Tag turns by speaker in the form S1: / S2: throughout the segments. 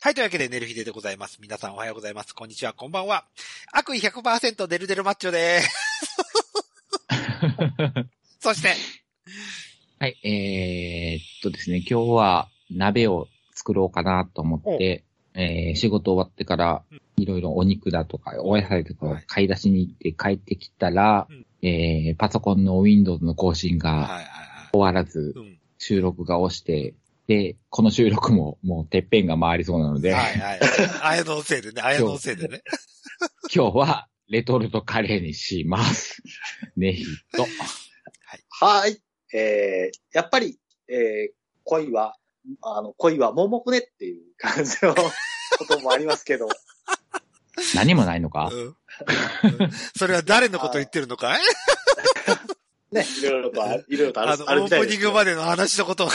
S1: はい、というわけで、ネルヒデでございます。皆さんおはようございます。こんにちは、こんばんは。悪意100%デルデルマッチョでーす。 そして、
S2: はい、えー、っとですね、今日は鍋を作ろうかなと思って、えー、仕事終わってから、いろいろお肉だとか、お野菜とかを買い出しに行って帰ってきたら
S1: う、
S2: えー、パソコンの Windows の更
S1: はい
S2: 新が
S1: はいはい。
S2: 終わらず
S1: う、ん。
S2: 収録が押して、で、この収録ももうてっぺんが回りそうなので、
S1: はいはい。あやのせいでね、あやのせいでね。
S2: 今日はレトルトカレーにし ます。ねひと。
S3: はい。えー、やっぱり、えー、恋は、あの、恋は盲目ねっていう感じのこともあります けど、
S2: 何もないのか
S1: うん。うんそれは誰のこと言ってるのかい
S3: ね、いろいろとあ、いろいろとあ
S1: あ
S3: る
S1: の、オ
S3: あるみた
S1: ー
S3: い
S1: プ
S3: で
S1: ニン
S3: す
S1: グまでの話のことを。
S3: ね、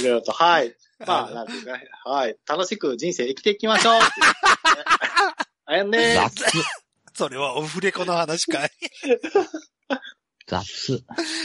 S3: いろいろ と、はい。ま
S1: あ
S3: あ、
S1: の
S3: なんていうかね、はい。楽しく人生生きていきましょうっていうね あやんねー。
S2: 雑、
S1: それはオフレコの話 かい。
S2: 雑。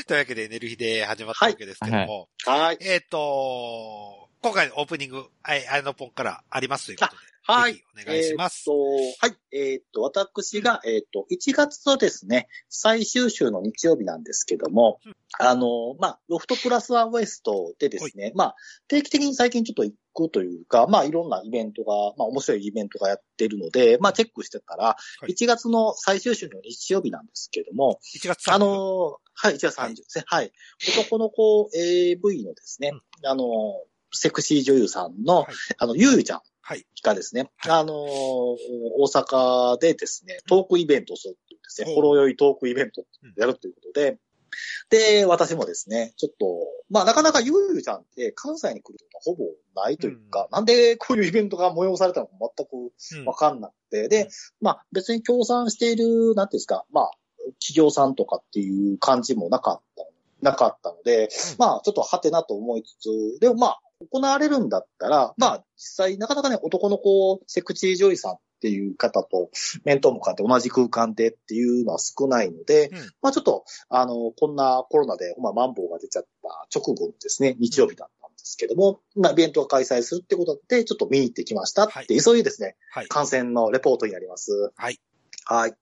S1: というわけで、ネルヒデ始まったわけですけども。
S2: はい
S3: はい。
S1: えっ、と、今回のオープニング、はい、あのポンからありますということで。
S3: はい。
S1: ぜひお願いします。
S3: えーっと、はい。えーっと、私が、えーっと、1月のですね、最終週の日曜日なんですけども、あの、まあ、ロフトプラスワンウエストでですね、まあ、定期的に最近ちょっと行くというか、まあ、いろんなイベントが、まあ、面白いイベントがやってるので、まあ、チェックしてたら、
S1: い
S3: 1月の最終週の日曜日なんですけども、
S1: 1月
S3: あ
S1: 3
S3: の
S1: 日。
S3: ーはい、1月30ですね。はい。男の子 AV のですね、あのーセクシー女優さんの、
S1: はい
S3: あの、ゆうゆちゃん
S1: はい
S3: がですね、
S1: は
S3: あのー大阪でですね、トークイベントをするっていうです
S1: う
S3: ね、
S1: ん
S3: ほろ酔いトークイベントをやるということで、で、私もですね、ちょっと、まあなかなかゆうゆうちゃんって関西に来ることがほぼないというか、なんでこういうイベントが催されたのか全く
S1: うん
S3: わかんなくて。
S1: うん
S3: で、まあ別に協賛している、なんていうんですか、まあ企業さんとかっていう感じもなかった、なかったので、まあちょっとハテなと思いつつ、でもまあ行われるんだったら、まあ実際なかなかね男の子セクシー女優さんっていう方と面と向かって同じ空間でっていうのは少ないので、
S1: うん
S3: まあちょっとあの、こんなコロナで、まあ、マンボウが出ちゃった直後のですね、日曜日だったんですけども、まあ、イベントが開催するってことで、ちょっと見に行ってきましたって、
S1: はい
S3: いうそういうですね、
S1: はい。
S3: 感染のレポートになります。
S1: はい。
S3: はい。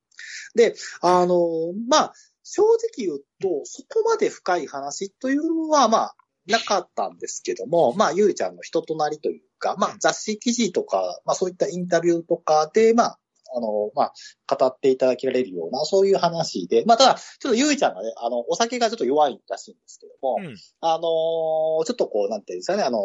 S3: で、あのまあ、正直言うと、そこまで深い話というのは、まあ、なかったんですけども、まあ、ゆうちゃんの人となりというか、まあ、雑誌記事とか、まあ、そういったインタビューとかで、まあ、あの、まあ、語っていただけられるような、そういう話で、まあ、ただ、ちょっとゆうちゃんがね、あの、お酒がちょっと弱いらしいんですけども、
S1: うん
S3: あのーちょっとこう、なんていうんですかね、あのー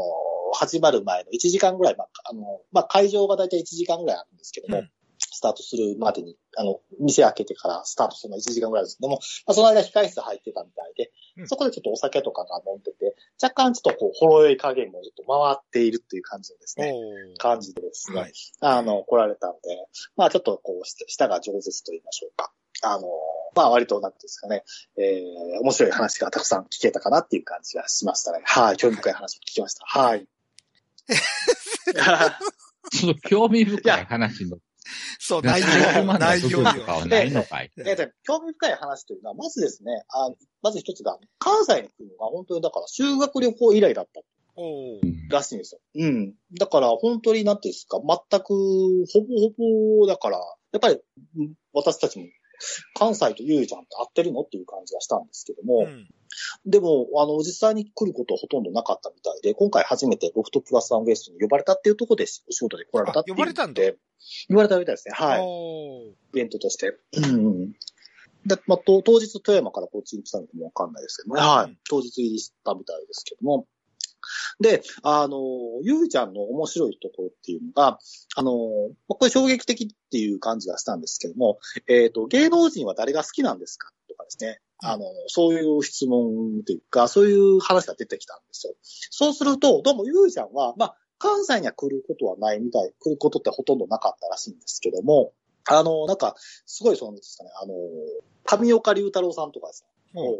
S3: 始まる前の1時間ぐらい、まあ、あのーまあ、会場がだいたい1時間ぐらいあるんですけども、
S1: うん
S3: スタートするまでに、あの、店開けてからスタートするのは1時間ぐらいですけども、まあ、その間控室入ってたみたいで、
S1: うん
S3: そこでちょっとお酒とかが飲んでて、若干ちょっとこう、ほろ酔い加減もちょっと回っているっていう感じのです
S1: お
S3: ね、
S1: ー
S3: 感じでですね、
S1: はい
S3: あの、来られたので、まあちょっとこう、し舌が上舌と言いましょうか。あの、まあ割と、なんていうんですかね、えー、面白い話がたくさん聞けたかなっていう感じがしましたね。はい、興味深い話を聞きました。はい。
S2: ちょっと興味深い話の
S1: そう、 内容には、内
S2: 内
S1: 容
S2: 容
S1: に
S2: とか
S1: は。
S2: はないのかい
S3: えーで興味深い話というのは、まずですね、あまず一つが、関西に来るのが本当にだから修学旅行以来だった
S1: おー
S3: らしいんですよ。うん。だから本当になんていうんですか、全く、ほぼほぼ、だから、やっぱりうん私たちも、関西とゆうちゃんって合ってるのっていう感じがしたんですけども、
S1: うん
S3: でも、あの、実際に来ることはほとんどなかったみたいで、今回初めてロフトプラスワンゲストに呼ばれたっていうところでお仕事で来られたっていう
S1: あ呼ばれたんだ
S3: で。呼ばれたみたいですね。はい。
S1: おー
S3: イベントとして。うん。で、まあ、と当日富山からこっちに来たのかもわかんないですけどね。は
S1: うん
S3: い。当日入りしたみたいですけども。で、あの、ゆうちゃんの面白いところっていうのが、あの、まあこれ衝撃的っていう感じがしたんですけども、えっ、と、芸能人は誰が好きなんですかとかですね。あの、そういう質問というか、そういう話が出てきたんですよ。そうすると、どうもゆうちゃんは、まあ、関西には来ることはないみたい、来ることってほとんどなかったらしいんですけども、あの、なんか、すごい、その、なんですかね、あの、上岡龍太郎さんとかですね、もう、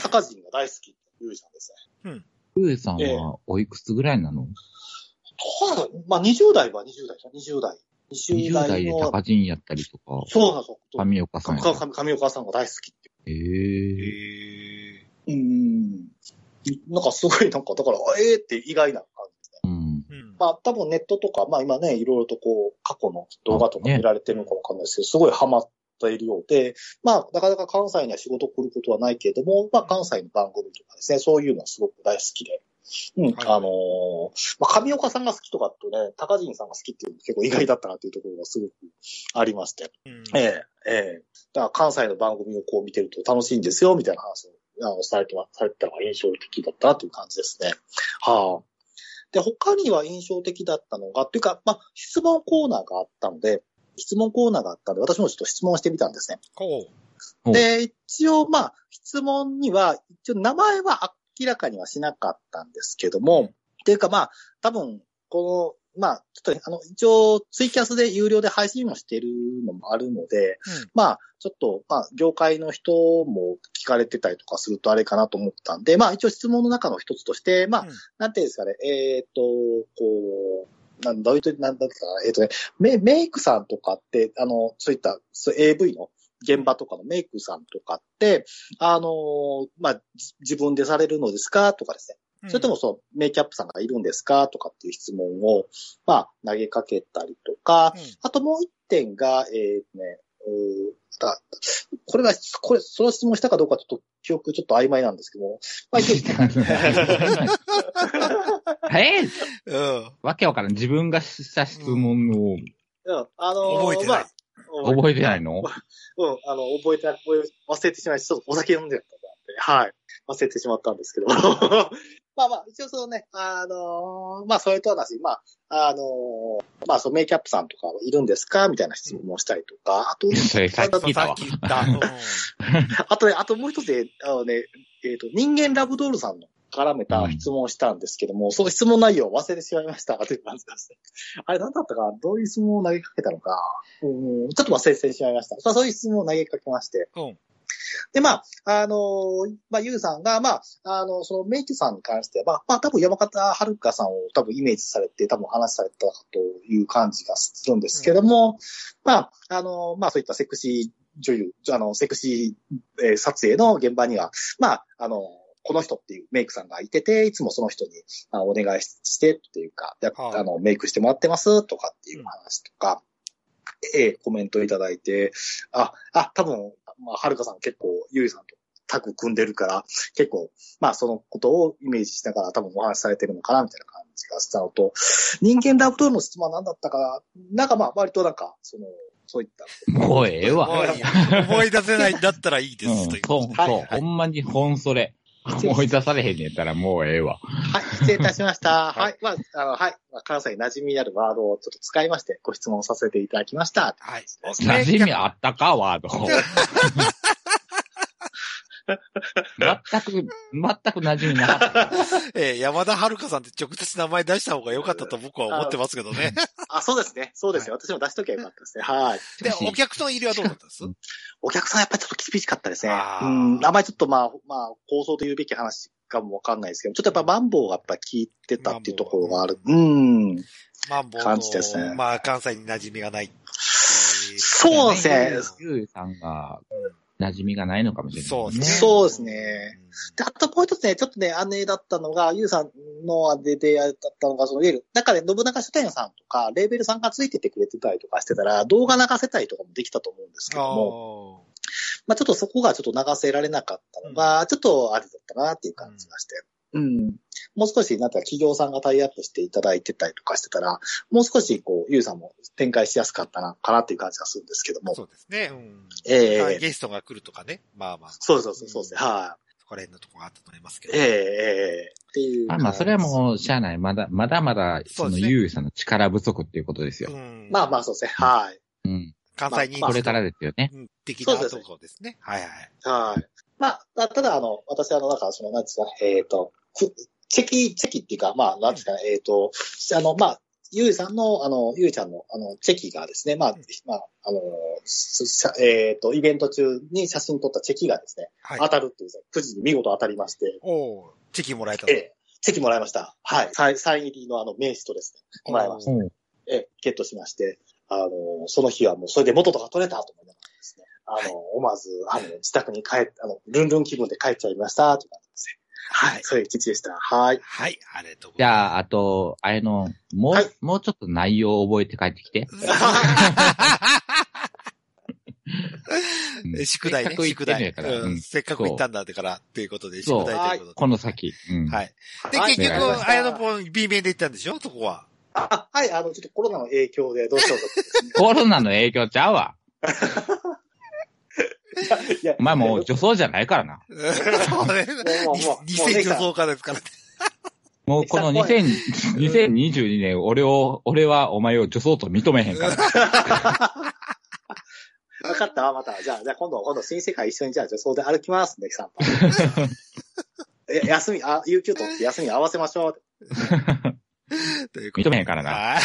S3: 高人が大好きってゆうちゃんですね。
S2: ふうさん
S3: ええ
S2: はおいくつぐらいなの
S3: どうだろうまあ、20代は20代ですよ、20代。
S2: ?20
S3: 20
S2: 代
S3: 代
S2: で
S3: の、
S2: 高人やったりとか、
S3: そうなんですよ。
S2: 神岡さんや
S3: かか上岡さんが大好きって
S2: ええ
S1: え
S2: ー。
S1: ー
S3: いう。うん。なんかすごい、なんか、だから、ええって意外な感じですね。
S2: う
S3: まあ多分ネットとか、まあ今ね、いろいろとこう、過去の動画とか見られてるのかわかんないですけど、すごいハマっているようで、まあなかなか関西には仕事来ることはないけれども、まあ関西の番組とかですね、そういうのはすごく大好きで。うん、
S1: はい
S3: あのーまあ、上岡さんが好きとかとね、高陣さんが好きっていうの結構意外だったなっていうところがすごくありまして。
S1: うん
S3: ええ、ええ。だから関西の番組をこう見てると楽しいんですよ、みたいな話をあのされてまされてたのが印象的だったなという感じですね。はあ。で、他には印象的だったのが、というか、まあ、質問コーナーがあったので、質問コーナーがあったので、私もちょっと質問してみたんですね。
S1: こう。
S2: お
S3: で、一応、まあ、質問には、一応名前は明らかにはしなかったんですけども、っていうかまあ、多分、この、まあ、ちょっと、あの、一応、ツイキャスで有料で配信もしてるのもあるので、
S1: うん
S3: まあ、ちょっと、まあ、業界の人も聞かれてたりとかするとあれかなと思ったんで、まあ、一応質問の中の一つとして、まあ、
S1: うん
S3: なんていうんですかね、えーっ、と、こう、なんどういうと、なんだっけかな、えーっ、とねメ、メイクさんとかって、あの、そういった、そう AV の現場とかのメイクさんとかって、あのーまあ、じ自分でされるのですかとかですね。それとも、そう、メイキャップさんがいるんですかとかっていう質問を、まあ、投げかけたりとか、
S1: うん
S3: あともう一点が、えーとね、うーあこれが、これ、その質問したかどうかちょっと記憶ちょっと曖昧なんですけども、まあ、一応
S1: う
S2: え
S1: ん。
S2: わけわからん。自分がした質問を
S3: うんあのー
S1: 覚えてない
S3: まあ、
S2: 覚えてないの
S3: うん、あの、覚えてなく、覚え忘れてしまい、ちょっとお酒飲んでたので、はい。忘れてしまったんですけど。 まあまあ、一応そのね、あのーまあ、それとはなし、まあ、あのーまあ、そう、メイキャップさんとかはいるんですかみたいな質問をしたりとか、あと
S2: い、やそれさっき
S1: そう
S2: 聞いた
S1: さっ
S2: わ。
S1: き言った。 うん
S3: あとね、あともう一つで、あのね、えっ、と、人間ラブドールさんの絡めた質問をしたんですけども、その質問内容を忘れてしまいました、という感じですね。 あれ何だったかなどういう質問を投げかけたのか、うんちょっと忘れてしまいました。まあそういう質問を投げかけまして。
S1: うん
S3: で、まあ、あのーまあ、ゆうさんが、まあ、あの、そのメイキさんに関しては、まあ、まあ、多分山形遥香さんを多分イメージされて、多分話されたという感じがするんですけども、まあ、あのーまあ、そういったセクシー女優、あの、セクシー、えー撮影の現場には、まあ、あのーこの人っていうメイクさんがいてて、いつもその人にあお願いしてっていうか、やっ
S1: はい
S3: あの、メイクしてもらってますとかっていう話とか、ええ、コメントいただいて、あ、あ、多分、まあ、はるかさん結構、ゆりさんとタッグ組んでるから、結構、まあ、そのことをイメージしながら多分お話しされてるのかな、みたいな感じがしたのと、人間ラブトールの質問は何だったかな、なんかまあ、割となんか、その、そういった、
S2: もうええわ。
S1: もういい思い出せないんだったらいいで
S2: うん
S1: す。と
S2: そ
S1: いうう、
S2: そう。ほんまにほんそれ。思い出されへんねやったらもうええわ。
S3: はい、失礼いたしました。 はい、まあ、あの、はい、まあ、関西に馴染みあるワードをちょっと使いまして、ご質問させていただきました。
S1: はい。
S2: 馴染みあったかワード。 全く、全く馴染みなかった。
S1: えー山田遥さんって直接名前出した方が良かったと僕は思ってますけどね。
S3: あ、そうですね。そうですね。私も出しときゃよかったですね。はい。
S1: で、お客さん入りはどうだったんです
S2: う
S3: お客さんやっぱりちょっと厳しかったですね。
S1: あー
S3: うん。あんまりちょっとまあ、まあ、構想と言うべき話かもわかんないですけど、ちょっとやっぱマンボウがやっぱ効いてたっていうところがある。
S1: マ
S3: うん。
S1: マンボウ
S3: 感じですね
S1: と、まあ、関西に馴染みがないっていう。
S3: そうですね
S2: ゆうさんが、馴染みがないのかもしれない。
S1: そうですね。
S3: そうですね。で、あともう一つね、ちょっとね、姉だったのが、ゆうさんの姉でだったのが、その、いわゆる、中で信長書店さんとか、レーベルさんがついててくれてたりとかしてたら、動画流せたりとかもできたと思うんですけ
S1: あ
S3: ど
S1: あ
S3: も、まあちょっとそこがちょっと流せられなかったのが、ちょっとあれだったなっていう感じがして。うん。もう少し、なんか企業さんがタイアップしていただいてたりとかしてたら、もう少し、こう、ゆうさんも展開しやすかったな、かなっていう感じがするんですけども。
S1: そうですね。うん。
S3: ええ
S1: ゲストが来るとかね。まあまあ、そ
S3: そうそうそう、そうですね。はい、
S1: こら辺のとこがあったと思いますけ
S3: え
S1: ど。
S3: えええっていう
S2: まあ
S3: 感じ。
S2: まあ、それはもう、しゃあない。まだ、まだまだ、
S1: そ
S2: そう
S1: で
S2: の
S1: すね
S2: ゆうさんの力不足っていうことですよ。
S1: ん
S3: まあまあ、そうですね。はい、
S2: うん。
S1: 関西に、
S3: まあ
S2: これからですよね。
S1: うん的なとこですね。はいはい。
S3: はい。まあ、たただ、あの、私、あの、なんか、その、なんですかね、えっ、と、くチェキ、チェキっていうか、まあ、なんですかね、えっ、と、あの、まあ、ゆうさんの、あの、ゆうちゃんの、あの、チェキがですね、まあ、
S1: うん
S3: まあ、あの、すさえっ、と、イベント中に写真撮ったチェキがですね、
S1: はい
S3: 当。たるっていうですね、くじに見事当たりまして、
S1: おおーチェキもらえた
S3: ええチェキもらいました。はい。サインサイン入りのあの、名刺とです
S1: お
S3: もらいま
S1: ー
S2: うん
S3: ね、ええゲットしまして、あの、その日はもう、それで元とか取れたと思いながらですね、あの、思わず、あの、自宅に帰っあの、ルンルン気分で帰っちゃいました、という感じですね。はい。そういう一日でした。はい。
S1: はい、ありがとうご
S2: じ
S1: ざいます。
S2: ゃあ、あと、あれの、もう、
S3: はい
S2: もうちょっと内容を覚えて帰ってきて。うん
S1: 宿題ね、
S2: せっ
S1: 宿
S2: かく行ってんの
S1: 題
S2: やから
S1: うん
S2: うん
S1: せっかく行ったんだから、っていうことで、宿
S2: そう
S1: 題ということ
S2: この先。うん
S1: で。はい。で、
S3: はい
S1: 結
S2: わかりま
S1: 局、
S3: した
S1: あやのぽん B 面で行ったんでしょそこは。
S3: あ、はい、あの、ちょっとコロナの影響でどうしよう
S2: コロナの影響ちゃうわ。
S3: と。いや
S2: お前もう
S3: いや
S2: 女装じゃないからな。
S1: そうね。
S3: もうもうもう
S1: 2000女装家ですからね。
S2: もうこの2000 2022年、俺を、俺はお前を女装と認めへんから。
S3: わかったわ、また。じゃあ、じゃあ今度、今度、新世界一緒に、じゃあ、女装で歩きます、ね、キさんと。え休み、あ、有給取って休み合わせましょう。
S1: ということ
S2: 認めへんからな
S1: は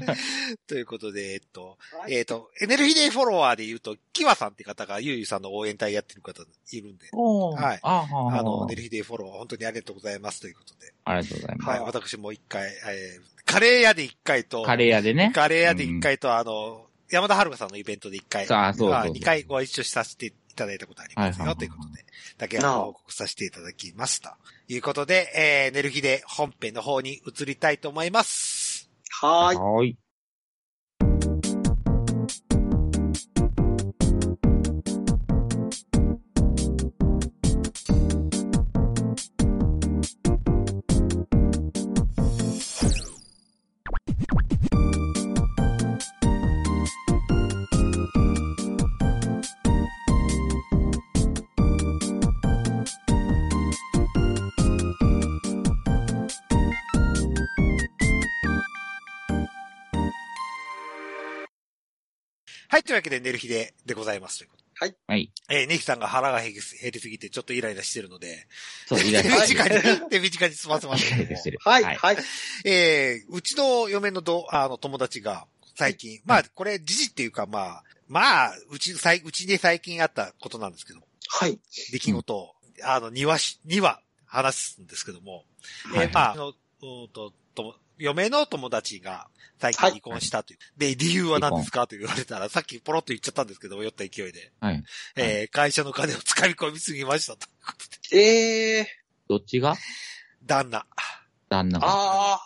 S1: い。 ということで、えっと、
S3: はい
S1: えっと、エネルギーデイフォロワーで言うと、キワさんって方がゆうゆうさんの応援隊やってる方いるんで、
S2: おー
S1: はい
S2: あー
S1: あの、エネルギーデイフォロワー本当にありがとうございますということで、
S2: ありがとうございま
S1: は
S3: はい
S1: い、私も一回、えーカレー屋で一回と、
S2: す。カレー屋でね。
S1: カレー屋で一回と、あの、山田遥さんのイベントで一回、
S2: あーそうそうそう
S1: まあ二回ご一緒させていただいたことあります
S2: はい
S1: よ、
S2: はい
S1: ということで、だけは報告させていただきました。ということで、えーエネルギーで本編の方に移りたいと思います。
S3: はーい。
S2: はい。
S1: はい、というわけで、寝る日ででございますということ
S2: はい。
S1: で。えー、ネヒさんが腹が減り減りすぎて、ちょっとイライラしてるので、
S2: そう、イライ
S1: 手
S2: ラ
S3: はい
S2: してる。
S1: 短に、手短に済ませますけ
S2: イラ
S1: ど
S2: イラ してる。
S3: はい、はい。
S1: えーうちの嫁のど、あの、友達が、最近、まあ、これ、時事っていうか、まあ、まあ、うち、さいうちで最近あったことなんですけど、
S3: はい。
S1: 出来事を、あの、庭し、庭、話すんですけども、
S2: は
S1: え
S2: い
S1: ーまあ、あの、うーんと、とも嫁の友達が最近離婚したという。で、理由は何ですかと言われたら、さっきポロッと言っちゃったんですけど、酔った勢いで。
S2: はい。
S1: えー会社の金を掴み込みすぎましたと。
S3: えー、
S2: どっちが
S1: 旦那。
S2: 旦那が。
S3: あ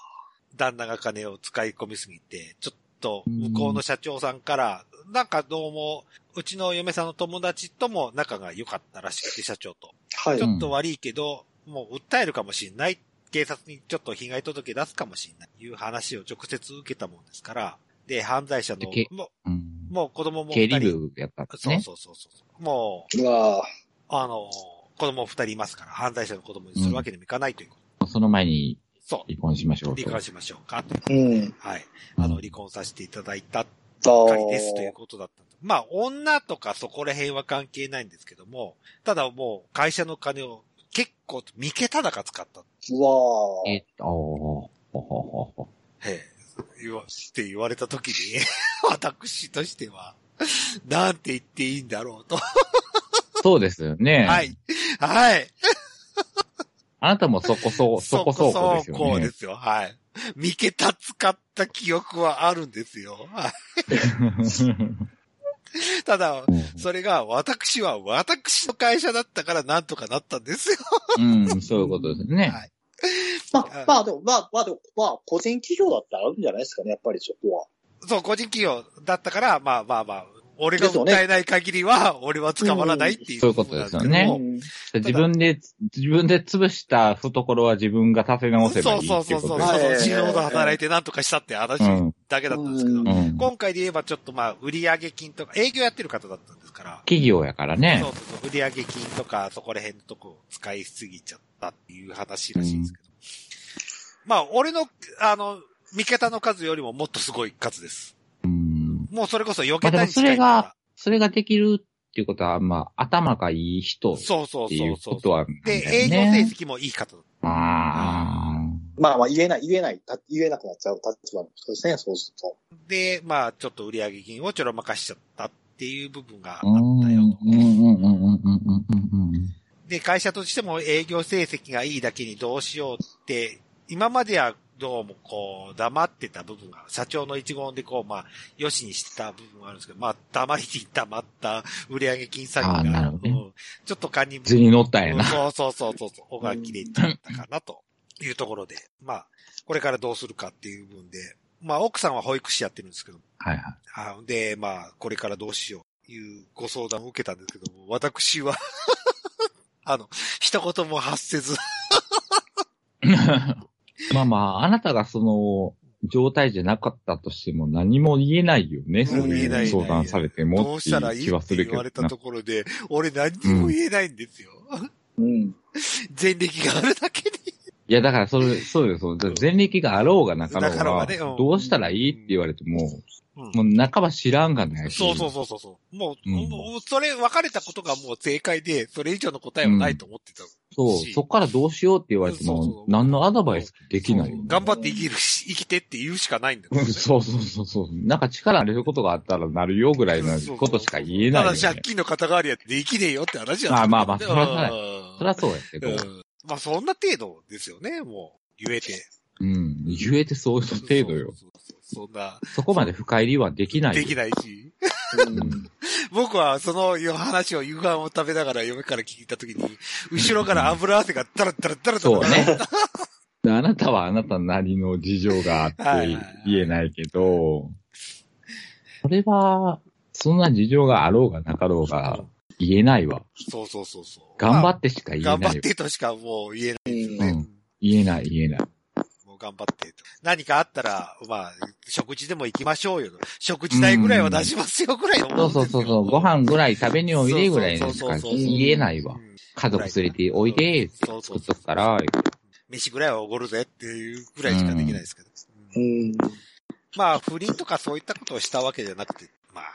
S1: 旦那が金を使い込みすぎて、ちょっと向こうの社長さんから、なんかどうも、うちの嫁さんの友達とも仲が良かったらしくて、社長と。
S3: ー、はい
S1: ち。ょっと悪いけど、もう訴えるかもしれない。警察にちょっと被害届出すかもしれない。いう話を直接受けたもんですから、で、犯罪者の
S2: け、
S1: も
S2: うん
S1: う、もう子供も
S2: 経
S1: 二
S2: 理
S1: 人。
S2: 部やったんです
S1: そう
S2: ね。
S1: そうそうそう。もう、
S3: うわ
S1: あの、子供二人いますから、犯罪者の子供にするわけにもいかないということ。
S2: その前に
S1: そう。
S2: 離婚しましょうと。
S1: 離婚しましょうか。
S3: ーうん。
S1: はい。
S2: うん
S1: あの、離婚させていただいた
S3: あ
S1: 回ですということだったんで。まあ、女とかそこら辺は関係ないんですけども、ただもう会社の金を結構三桁高使った。
S3: うわ
S2: えっと、おーほほほほ
S1: へえ。 言わ、って言われた時に、 私としては、なんて言っていいんだろうと。
S2: そうですよね。
S1: は。い。はい。
S2: あなたもそこそ、そこそこですよ
S1: そう
S2: ね
S1: で。すよ。はい。三桁使った記憶はあるんですよ。 は いただ、それが、私は私の会社だったからなんとかなったんですよ。
S2: うん、そういうことですね。
S1: はい
S3: まあ、まあでも、まあ、まあでも、まあ、個人企業だったらあるんじゃないですかね、やっぱりそこは。
S1: そう、個人企業だったから、まあまあまあ、俺が
S3: ですよね
S1: 訴えない限りは、俺は捕まらないっていう。
S2: そういうことですよね
S1: そううなん
S3: ん
S2: 自分で、自分で潰した懐は自分が立て直
S1: です
S2: せ
S1: けど
S2: ばいい
S1: も
S2: って
S1: そう
S2: い
S1: うそう
S2: こ
S1: そうそ
S2: と
S1: う。
S2: で
S3: は
S2: す
S3: い
S1: そう死ぬほど働いてなんとかしたって話
S2: うん
S1: だけだったんですけど
S2: う
S3: う、
S2: ん。
S1: 今回で言えばちょっとまあ、売上金とか、営業やってる方だったんですから、
S2: 企業やからね
S1: そう。そうそう、売上金とか、そこら辺のとこを使いすぎちゃったっていう話らしいんですけど。まあ、俺の、あの、味方の数よりももっとすごい数です。
S2: うん。
S1: もうそれこそ避
S2: ま
S1: け
S2: あで
S1: た
S2: も
S1: りし
S2: そ
S1: た
S2: れ
S1: いから
S2: が、それができるっていうことは、まあ、頭がいい人っ
S1: そうそう
S2: てい
S1: そう
S2: う
S1: そう
S2: こ。とはなんだ
S1: で、
S2: よ
S1: 営業成
S2: ね。
S1: 績もいい方だっ
S2: ああ。
S3: まあまあ、言えない、言えない、た言えなくなっちゃう立場の人ですね、そうすると。
S1: た。で、まあ、ちょっと売上金をちょろまかしちゃったっていう部分があっ
S2: うんうん
S1: た
S2: うん
S1: よと。
S2: うんうんうんうんうん。
S1: で、会社としても営業成績がいいだけにどうしようって、今まではどうもこう、黙ってた部分が、社長の一言でこう、まあ、良しにしてた部分があるんですけど、まあ、黙りに黙った売上金詐欺
S2: あーな
S1: が、
S2: るほどね
S1: うん分、ちょっとカニ
S2: 図に乗ったんやな。
S1: そうそうそうそうそう、小川切れちゃったかなというところで、まあ、これからどうするかっていう部分で、まあ、奥さんは保育士やってるんですけど、
S2: はいはい。
S1: あで、まあ、これからどうしよう、いうご相談を受けたんですけども、私は、 あの、一言も発せず、
S2: まあまあ、あなたがその、状態じゃなかったとしても何も言えないよね。そう
S1: もう言えない
S2: いう相談されても
S1: どう
S2: って
S1: し
S2: い
S1: たら
S2: う
S1: い
S2: 気
S1: い
S2: は
S1: って
S2: する
S1: 言
S2: けど
S1: わ
S2: な
S1: れ。たところで、俺何にも言えないんですよ。
S3: うん。
S1: 前歴があるだけで。
S2: いや、だからそれ、そうよ、そう。だから前歴があろうがなかろう
S1: なかろう
S2: が
S1: がねうん、
S2: どうしたらいいって言われて
S1: う
S2: も、
S1: ん
S2: もう半ば知らんがない。
S1: そうそうそうそうそう。もう、
S2: うん
S1: もうそれ、別れたことがもう正解で、それ以上の答えはないと思ってた。
S2: そう。
S1: し
S2: そこからどうしようって言われて
S1: そうそうそ
S2: も
S1: う、
S2: 何のアドバイスできないよね。
S1: 頑張って生きるし、生きてって言うしかないんだ
S2: うん そうそうそうそう。なんか力あることがあったらなるよぐらいのことしか言えない
S1: ただ
S2: よ、ね。
S1: 借金の肩代わりやってできねえよって話だ
S2: まあまあまあ
S1: うん
S2: それはそうだそりゃそうやけど。
S1: うんまあそんな程度ですよね、もう。言えて。
S2: うん。言えてそういう程度よ。
S1: そうそうそう。そんな、
S2: そこまで深入りはできないよ。
S1: できないし。
S2: うん
S1: 僕はその話を夕飯を食べながら嫁から聞いたときに、後ろから油汗がダラダラダラダ
S2: そ
S1: ラダ
S2: う
S1: ラ。
S2: ね。あなたはあなたなりの事情があって
S1: はいはいはい
S2: 言えないけど、それは、そんな事情があろうがなかろうが言えないわ。
S1: そうそうそうそう。
S2: 頑張
S1: っ
S2: ってしか
S1: て
S2: 言え
S1: 頑
S2: な
S1: 張っ
S2: いよ。
S1: てとしかもう言えな
S3: う
S1: い。
S2: う
S3: ん
S2: ん。言えない言えない。
S1: もう頑張ってと。何かあったら、まあ、食事でも行きましょうよ。食事代ぐらいは出しますよぐらいのも
S2: そ
S1: ん
S2: う
S1: です
S2: そ
S1: よ
S2: うそうそう、ご飯ぐらい食べにおいでぐらいのし
S1: そ
S2: か
S1: うそうそうそう
S2: 言えないわ
S1: う。ん
S2: 家族連れておいで、
S1: そうそう
S2: 作っ
S1: そ
S2: と
S1: う
S2: くから、
S1: 飯ぐらいはおごるぜっていうぐらいしかできないですけど。
S3: う
S1: うん
S3: ん。
S1: まあ、不倫とかそういったことをしたわけじゃなくて、まあ、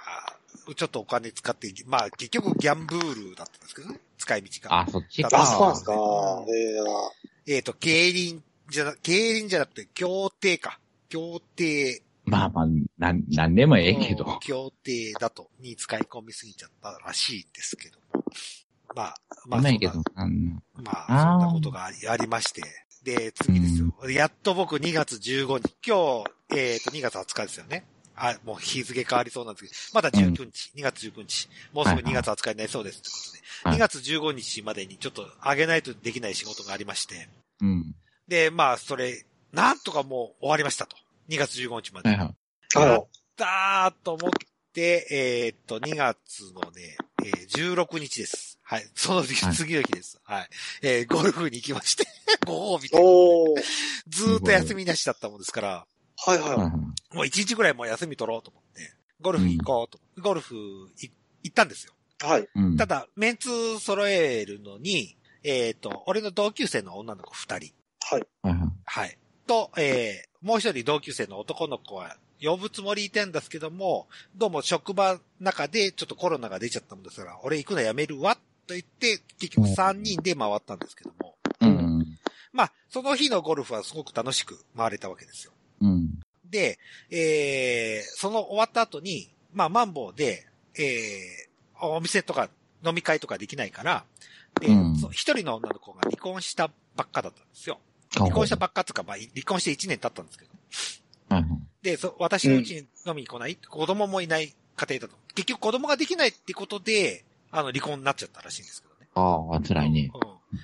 S1: ちょっとお金使って、まあ、結局ギャンブールだったんですけどね。使い道が。
S2: あ、そっち
S1: あ
S3: あ、
S1: ー
S3: そうなんで
S2: か
S3: す。か。
S1: うん
S3: ええ
S1: えっ、と、競輪じゃな、競輪じゃなくて、協定か。協定。
S2: まあまあ、なん、なんでもええけど。
S1: 協定だと、に使い込みすぎちゃったらしいんですけど。まあ、ま
S2: ま
S1: あ、そ
S2: あ
S1: ん
S2: いいけ
S1: な
S2: ど、うん
S1: まあ
S2: あ、ー
S1: そんなことがありありまして。で、次ですよ。やっと僕2月15日、今日、えっ、と、2月20日ですよね。あ、もう日付変わりそうなんですけど、まだ19日、2月19日、もうすぐ2月20日になりそうですってこと
S2: は
S1: で、
S2: い
S1: 2月15日までにちょっと上げないとできない仕事がありまして、
S2: うん。
S1: で、まあ、それ、なんとかもう終わりましたと。2月15日まで
S2: はい。はい。
S3: あ
S1: や
S3: ら
S1: ったーと思って、えーっと、2月のね、えー16日です。はい。その次、
S2: はい
S1: 次の日です。はい。えーゴルフに行きまして、 ご褒美で。
S3: おー。
S1: ずーっと休みなしだったもんですから、
S3: はいはい
S2: はい
S3: は。
S2: はいい
S1: もう1日ぐらいもう休み取ろうと思って、ゴルフ行こうと。ゴルフい行ったんですよ。
S3: はい。
S2: うん
S1: ただ、メンツ揃えるのに、えーっと、俺の同級生の女の子2人。
S3: はい。
S2: はいはい
S1: はい。と、えー、もう一人同級生の男の子は呼ぶつもりいたんですけども、どうも職場の中でちょっとコロナが出ちゃったもんですから、俺行くのやめるわ、と言って、結局3人で回ったんですけども。
S2: うん。
S1: まあ、その日のゴルフはすごく楽しく回れたわけですよ。
S2: うん。
S1: で、えー、その終わった後に、まあ、マンボウで、えー、お店とか飲み会とかできないから、で
S2: うん
S1: そ一人の女の子が離婚したばっかだったんですよ。離婚したばっかっつうか、まあ、離婚して1年経ったんですけど。
S2: はいはい
S1: で、そ私のうちに飲みに来ない、子供もいない家庭だと。結局子供ができないってことで、あの、離婚になっちゃったらしいんですけどね。
S2: ああ、辛いね。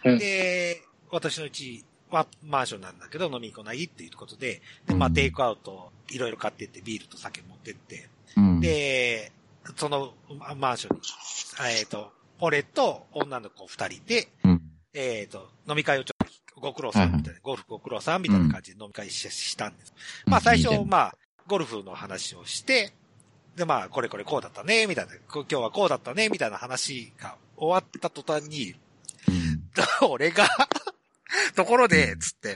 S1: うん
S3: うん
S1: で、私のうちはマンションなんだけど飲みに来ないっていうことで、で、まあ、
S2: うん
S1: テイクアウト、いろいろ買ってって、ビールと酒持ってって、
S2: うん。
S1: で、そのまマンションに、えっ、と、俺と女の子二人で、
S2: うん。
S1: えっ、と、飲み会をちょっと、ご苦労さんみたいな、ゴルフご苦労さんみたいな感じで飲み会ししたんです。まあ最
S2: いいじゃ
S1: 初、
S2: ん
S1: まあ、ゴルフの話をして、でまあ、これこれこうだったね、みたいな、こ今日はこうだったね、みたいな話が終わった途端に、
S2: うん
S1: 俺が、 ところで、つって、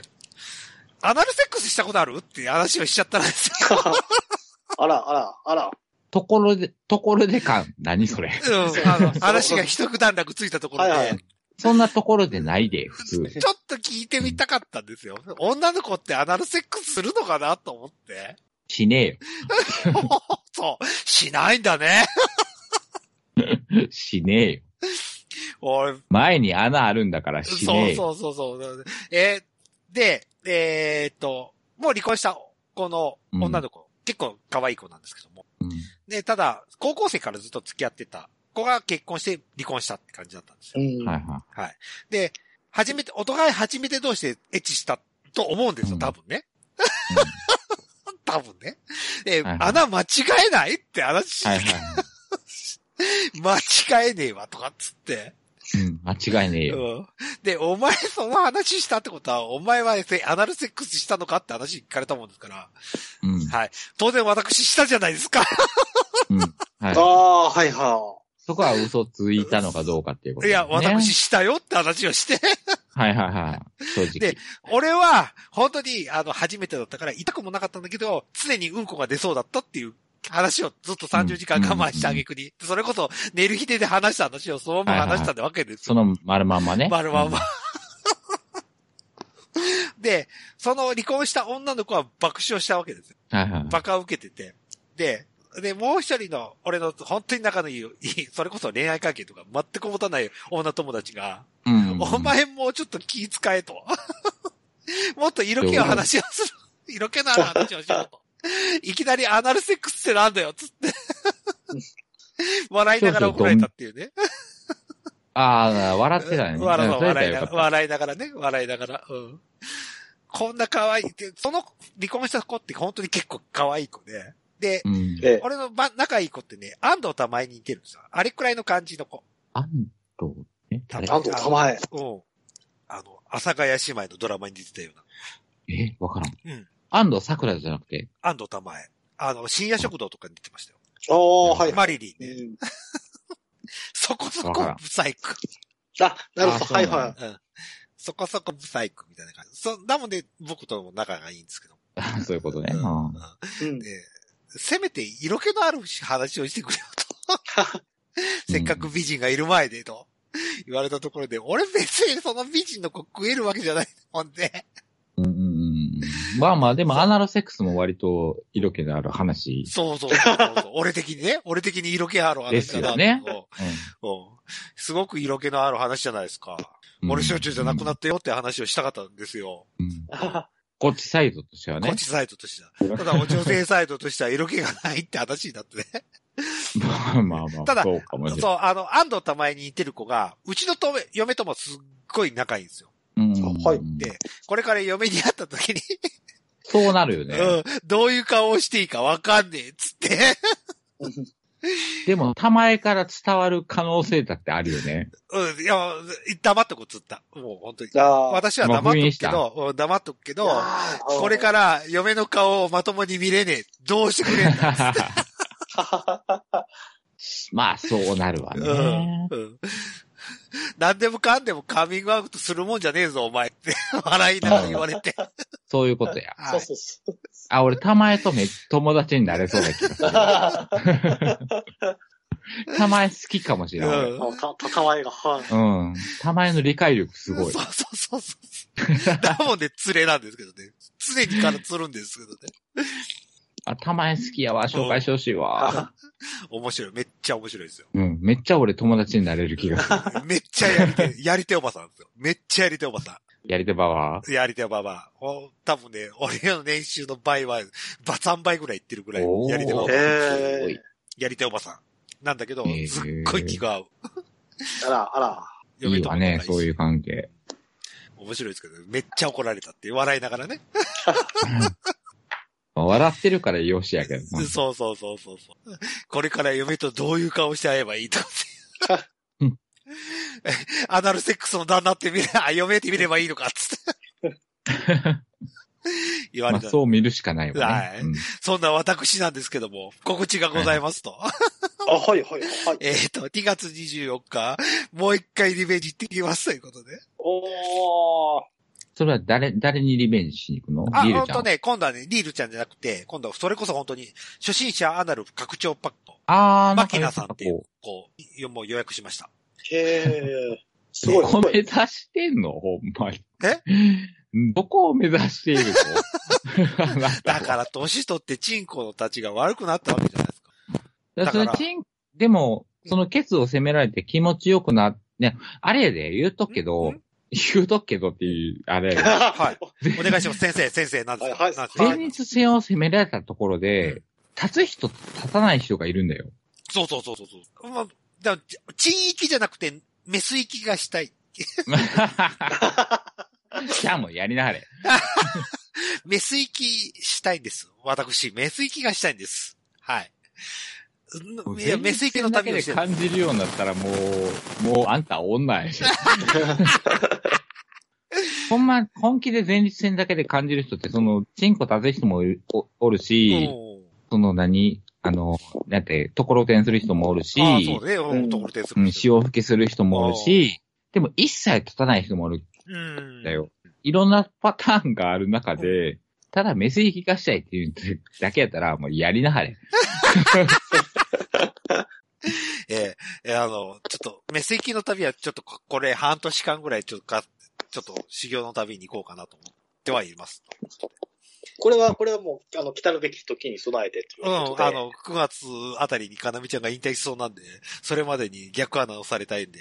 S1: アナルセックスしたことあるって話をしちゃったんです
S3: あら、あら、あら。
S2: ところで、ところで感、何それ。
S1: よ。うん、あの、話が一段落ついたところで、
S3: はいはい
S2: そんなところでな いで、普通。
S1: ちょっと聞いてみたかったんですよ。女の子ってアナルセックスするのかなと思って。
S2: しね
S1: そう、しないんだね。
S2: えよ。しねえよ。
S1: 俺、
S2: 前に穴あるんだからし
S1: そ
S2: ねえ
S1: う
S2: よ。
S1: そうそうそう。えーで、えーっと、もう離婚した子の女の子、結構可愛い子なんですけども。
S2: うん
S1: で、ただ、高校生からずっと付き合ってた子が結婚して離婚したって感じだったんですよ。
S3: うん
S2: はいは
S1: はい。で、初めて、お互い初めて同士でエッチしたと思うんですよ、多分ね。
S2: い。
S1: 多分ね。で、
S2: はいはい
S1: 穴間違えないって話、
S2: うんはいは
S1: 間違えねえわとかっつって。
S2: い。うん、間違いねえよ。
S1: うん。で、お前 その話したってことは、お前はせアナルセックスしたのかって話聞かれたもんですから、
S2: うん。
S1: 当然私したじゃないですか。
S2: うん。
S3: あ
S2: はい。
S3: あ、はいは
S2: そこは嘘ついたのかどうかっていうこと
S1: い
S2: です
S1: や、
S2: ね
S1: 私。したよって話をして、
S2: はいはいはい。正直。
S1: で俺は、本当に、あの、初めてだったから、痛くもなかったんだけど、常にうんこが出そうだったっていう話をずっと30時間我慢した挙句に、それこそ、寝る日でで話した話をそのまま話したってわけです
S2: そ
S1: よ。
S2: の丸まんまね。
S1: 丸まんま
S2: う
S1: で、その離婚した女の子は爆笑したわけですよ。
S2: んはいはい。
S1: バカを受けてて。で、で、もう一人の、俺の本当に仲のいい、いいそれこそ恋愛関係とか全く持たない女友達が、
S2: うんうん
S1: お前もうちょっと気遣えと。 もっと色気の話をする。色気のある話をしろと。いきなりアナルセックスってなんだよ、つって。 笑いながら怒られたっていうね。
S2: ああ、笑ってたね。
S1: 笑
S2: うんそ
S1: 笑
S2: れだっ
S1: いな
S2: たら
S1: が、
S2: よからっ
S1: 笑いながらね、笑いながら。うん。こんな可愛いって、その離婚した子って本当に結構可愛い子で。で、
S2: たうん
S3: い。。ええ。
S1: 俺のば仲いい子ってね、安藤玉恵に似てるんですよ。あれくらいの感じの子。
S2: あんと、え誰
S3: なんと、たまえ。
S1: うん。あの、阿佐ヶ谷姉妹のドラマに出てたような。
S2: えわからん。
S1: うん。
S2: 安藤桜じゃなく て。
S1: 安藤玉恵。あの、深夜食堂とかに出てましたよ。
S3: ああ、はい。
S1: マリリンね。
S3: うん
S1: そこそ
S2: わか
S1: こ
S2: らん
S1: ブサイク。
S3: あ、なるほど、
S2: あそう
S3: は
S2: ないんだ
S3: はい。
S1: うん。そこそこブサイクみたいな感じ。そ、なので、僕とも仲がいいんですけど。
S2: そういうことね。
S1: うん
S2: うん
S3: うん
S1: で、せめて色気のある話をしてくれよ と。せっかく美人がいる前でと。言われたところで、俺別にその美人の子食えるわけじゃないもんで。
S2: うんうんうんまあまあ、でもアナロセックスも割と色気のある話。
S1: そうそうそうそうそう。俺的にね、俺的に色気ある話だなと。
S2: ですよね
S1: うんうんすごく色気のある話じゃないですか。
S2: うん
S1: 俺焼酎じゃなくなったよって話をしたかったんですよ。
S2: うん
S3: あ
S2: こっちサイドとしては
S1: こ
S2: ね
S1: っ。ちサイドとしては。ただ、女性サイドとしては色気がないって話になってね。
S2: まあまあまあ、
S1: ただ
S2: そうかもしれない。
S1: そう、あの、安藤玉恵に似てる子が、うちのとめ嫁ともすっごい仲いいんですよ。
S2: うん
S3: はい
S1: でこれから嫁に会った時に、
S2: そうなるよね。
S1: うん、どういう顔をしていいかわかんねえっつって。
S2: でも、たまえから伝わる可能性だってあるよ ね。
S1: うん、いや、黙っとこうっつった。もう本当に。
S3: あ
S1: 私は黙っとくけど、うん黙っとくけど、
S3: ー、
S1: これ
S3: ら
S1: から嫁の顔をまともに見れねえ。どうしてくれんだ
S2: まあ、そうなるわね。
S1: うんうん何でもかんでもカミングアウトするもんじゃねえぞ、お前って。笑いながら言われて。
S2: そういうことや。
S1: は
S3: そう
S1: い
S3: そうそう。
S2: あ、俺、たまえとめ友達になれそうだけ
S3: あ
S2: ど、たまえ好きかもしれない。
S1: うん
S3: た、たかわいが、はい。
S2: うん。たまえの理解力すごい
S1: そ。うそうそうそう。だもんで連れなんですけどね。常にから釣るんですけどね。
S2: あ、たまえ好きやわ、紹介してほしいわ。
S1: 面白い。めっちゃ面白いですよ。
S2: うん。めっちゃ俺友達になれる気 がする。
S1: めっちゃやり手、 やり手おばさんですよ。めっちゃやり手おばさ
S2: やり手ばは。
S1: ん。やり手おばば。お多分ね、俺の年収の倍は、ば3倍ぐらいいってるぐらい
S2: お、ー
S1: やり手おば
S3: へ
S1: ば、
S2: すご
S3: え
S2: い。
S1: やり手おばさん。なんだけど、
S2: へー
S1: すっごい気が合う。。
S3: あら、あら。
S2: いいわね、そういうう関係。
S1: 面白いですけど、めっちゃ怒られたって笑いながらね。
S2: 笑ってるからよしやけどな。
S1: そうそうそうそうそう。これから嫁とどういう顔して会えばいいとか
S2: う
S1: って
S2: ん。
S1: アナルセックスの旦那って見れ、 あ、嫁って見ればいいのか、つって。 言わ
S2: ま
S1: れた、
S2: あ、そう見るしかないわ
S1: は
S2: ね
S1: い。
S2: うん
S1: そんな私なんですけども、告知がございますと。
S3: あ、はい、はい、はい。
S1: えっと、2月24日、もう一回リベンジ行ってきますということで。
S3: おー。
S2: それは誰、誰にリベンジしに行くの
S1: あ、
S2: リー
S1: ほ
S2: ル
S1: ん
S2: ちゃん
S1: と。ね、今度はね、リールちゃんじゃなくて、今度はそれこそ本当に、初心者アナル拡張パックを、
S2: あー、
S1: マキナさんってい
S2: こ
S1: う、こう、よもう予約しました。
S3: へえ。す
S2: う
S3: ごい、す
S2: どこ
S3: ご
S2: 目
S3: い。
S2: 指してんのほんまに。 どこを目指している の あなた
S1: だから、年取ってチンコの立ちが悪くなったわけじゃないですか。
S2: だからそ
S1: だ
S2: れ
S1: から
S2: チン、でも、そのケツを責められて気持ちよくな、ね、あれやで、言うとくけ
S1: ん
S2: ど
S1: ん、
S2: 言うとくけどっていう、あれやで
S3: はい。
S1: お願いします。先生、先生、なんですか
S3: はいはい
S1: なんですか
S2: 前日戦を責められたところ
S1: う
S2: で、立つ人と立たない人がいるんだよ。
S1: そうそうそうそうそう。まあ、だから人域じゃなくて、メス域がしたい。
S2: じゃあもうやりなはれ。
S1: メス域したいんです。私、メス域がしたいんです。はい。いや、メス域のために
S2: で
S1: してる
S2: 感じるようになったらもう、もうあんた 女やし。ほんま、本気で前立腺だけで感じる人って、その、チンコ立てる人もいるおおるし、
S1: うん
S2: その何、あの、だって、ところてんする人もおるし、
S1: ああ、そうね。
S3: う
S1: うんん、ところてんす
S2: うん
S1: る。
S2: 潮吹きする人もおるし、でも一切立たない人もおるん
S1: うん。
S2: だよ。いろんなパターンがある中で、ただメスに聞かしたいっていうだけやったら、もうやりなはれ。
S1: えええあの、ちょっと、メス域の旅は、ちょっとこ、これ、半年間ぐらい、ちょっとか、ちょっと、修行の旅に行こうかなと思ってはいます。
S3: これは、これはもう、あの、来たるべき時に備えてという
S1: うん、
S3: ことで。
S1: あの、9月あたりにかなみちゃんが引退しそうなんで、それまでに逆穴をされたいんで、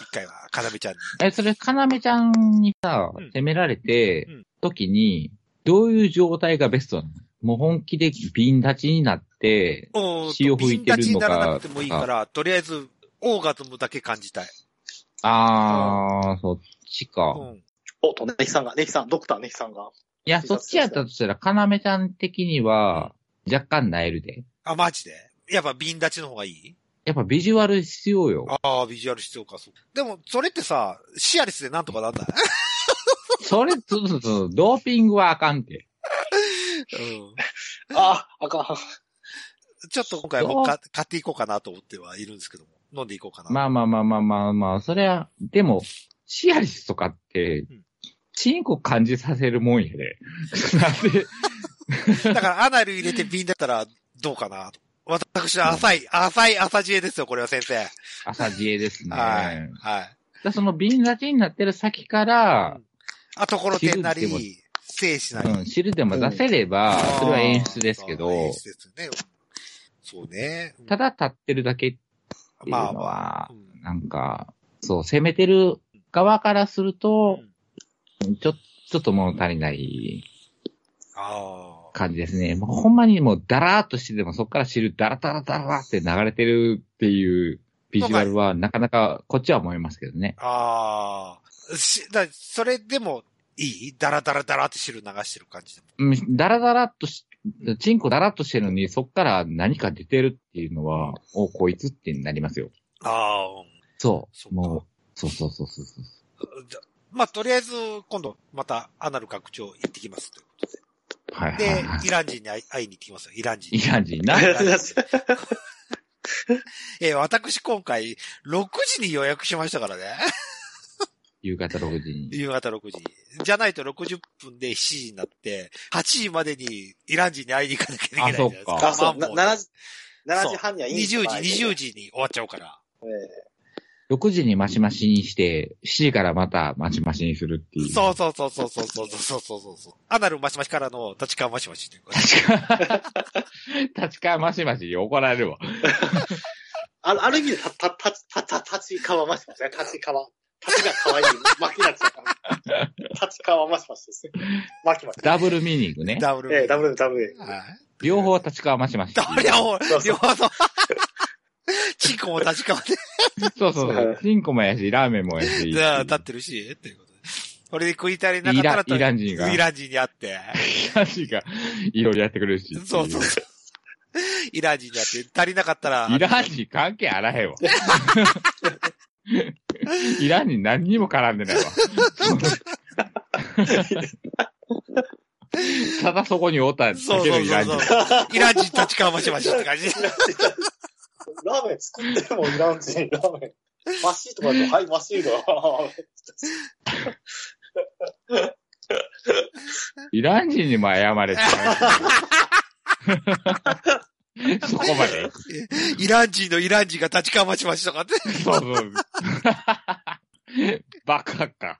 S1: 一回は、かなみちゃんに。
S2: え、それ、かなめちゃんにさ
S1: うん、
S2: 責められて
S1: うん、
S2: 時に、どういう状態がベストなのもう本気で瓶立ちになって、
S1: お
S2: 潮吹いてるのか
S1: にならなくてもいいから、とりあえず、オーガズムだけ感じたい。
S2: あー、そっちか
S1: う。ん。
S3: お、と、ネヒさんが、ネヒさん、ドクターネヒさんが。
S2: いや、そっちやったとしたら、かなめちゃん的には、若干萎えるで。
S1: あ、マジでやっぱ、瓶立ちの方がいい
S2: やっぱビジュアル必要よ。
S1: ああ、ビジュアル必要か、そう。でも、それってさ、シアレスでなんとかなんない
S2: それ、そうそうそう、ドーピングはあかんて。
S1: うん。
S3: あ、あかん。
S1: ちょっと今回もか買っていこうかなと思ってはいるんですけども、飲んでいこうかな。
S2: まあまあまあまあまあまあ、それは、でも、シアリスとかって
S1: うん、
S2: チンコ感じさせるもんやで。 なんで、
S1: だからアナル入れて瓶だったらどうかなと。私は浅い、浅い朝知恵ですよ、これは先生。
S2: 朝知恵ですね。
S1: はい。はい。
S2: でその瓶立ちになってる先から、
S1: あ、ところてんな
S2: 知るって
S1: り、静止なり。
S2: うん、汁でも出せれば、
S1: あー
S2: それは演出ですけど
S1: あ、ー演出ですね。そうね。
S2: ただ立ってるだけっていうの
S1: まあまあ
S2: は
S1: う、ん
S2: なんか、そう、攻めてる側からすると、ちょ、ちょっと物足りない
S1: ああ。
S2: 感じですね。もうほんまにもうダラーっとしててもそこから汁ダラダラダラって流れてるっていうビジュアルはなかなかこっちは思いますけどね。
S1: ああ。し、だ、それでもいいダラダラダラって汁流してる感じでも。
S2: うん、ダラダラっとし、チンコダラっとしてるのにそこから何か出てるっていうのは、お、こいつってなりますよ。
S1: ああ、うん
S2: そ
S1: そう
S2: う。
S1: か
S2: もう、そうそうそうそうそう。
S1: じゃまあ、とりあえず、今度、また、アナル拡張行ってきます。ということ
S2: はいはい
S1: で
S2: は、い。
S1: イラン人に会い会いに行ってきますよ、イラン人
S2: イ
S1: に。
S2: ラン人な。
S1: えー私今回、6時に予約しましたからね。
S2: 夕方6時に。
S1: 夕方6時。じゃないと60分で7時になって、8時までにイラン人に会いに行かなきゃいけないじゃないですか。
S2: あ
S3: あ、そう、
S1: まあ
S3: な
S1: も
S3: 7時、7時半にはいいん
S1: 20時、20
S3: 時。
S1: 時に終わっちゃうから。
S3: え
S2: 6時にマシマシにして、7時からまたマシマシにするっていう。
S1: そうそうそうそうそうそうそうそうそうそう。アナルマシマシからの立川マシマシということで。
S2: 立川マシマシに怒られるわ。
S3: あある意味で、た、た、た、た、た、たちかわましますね。たちかわ。たちがかわいい。巻きなっちゃった。たちかわましましですね。巻きまし。
S2: ダブルミーニングね。
S1: ダブル。
S3: ええ、ダブル、ダブル。
S1: はい。
S2: 両方立川マシマシっていう。
S1: ダブル、もう
S3: そうそ
S1: 両
S3: う
S1: 方そう。 チンコも立川で
S2: そうそうそう。チンコもやし、ラーメンもやし。
S1: じゃあ、立ってるし、っていうことで。これで食い足りなかっ
S2: イ
S1: たら
S2: ラ、イラン人が、
S1: イ
S2: イラ
S1: ラン人に会って。
S2: ン人が、いろいろやってくれるし。
S1: そうそうそう。イラン人に会って、足りなかったら、
S2: イラン人関係あらへんわ。イラン人何にも絡んで ないわ。ただそこにおっただ
S1: そう
S2: け
S1: そ
S2: の
S1: う
S2: イ
S1: そ
S2: ラ
S1: う
S2: ン
S1: そう
S2: 人。。
S1: イラン人たちかましましって感じ。
S3: ラーメン作ってるもん、イラン人。ラーメン。マシーとかでも、はい、マシーだ。
S2: イラン人にも謝れって。そこまで。
S1: イラン人のイラン人が立ちかましましとかって。
S2: そうそう。バカか。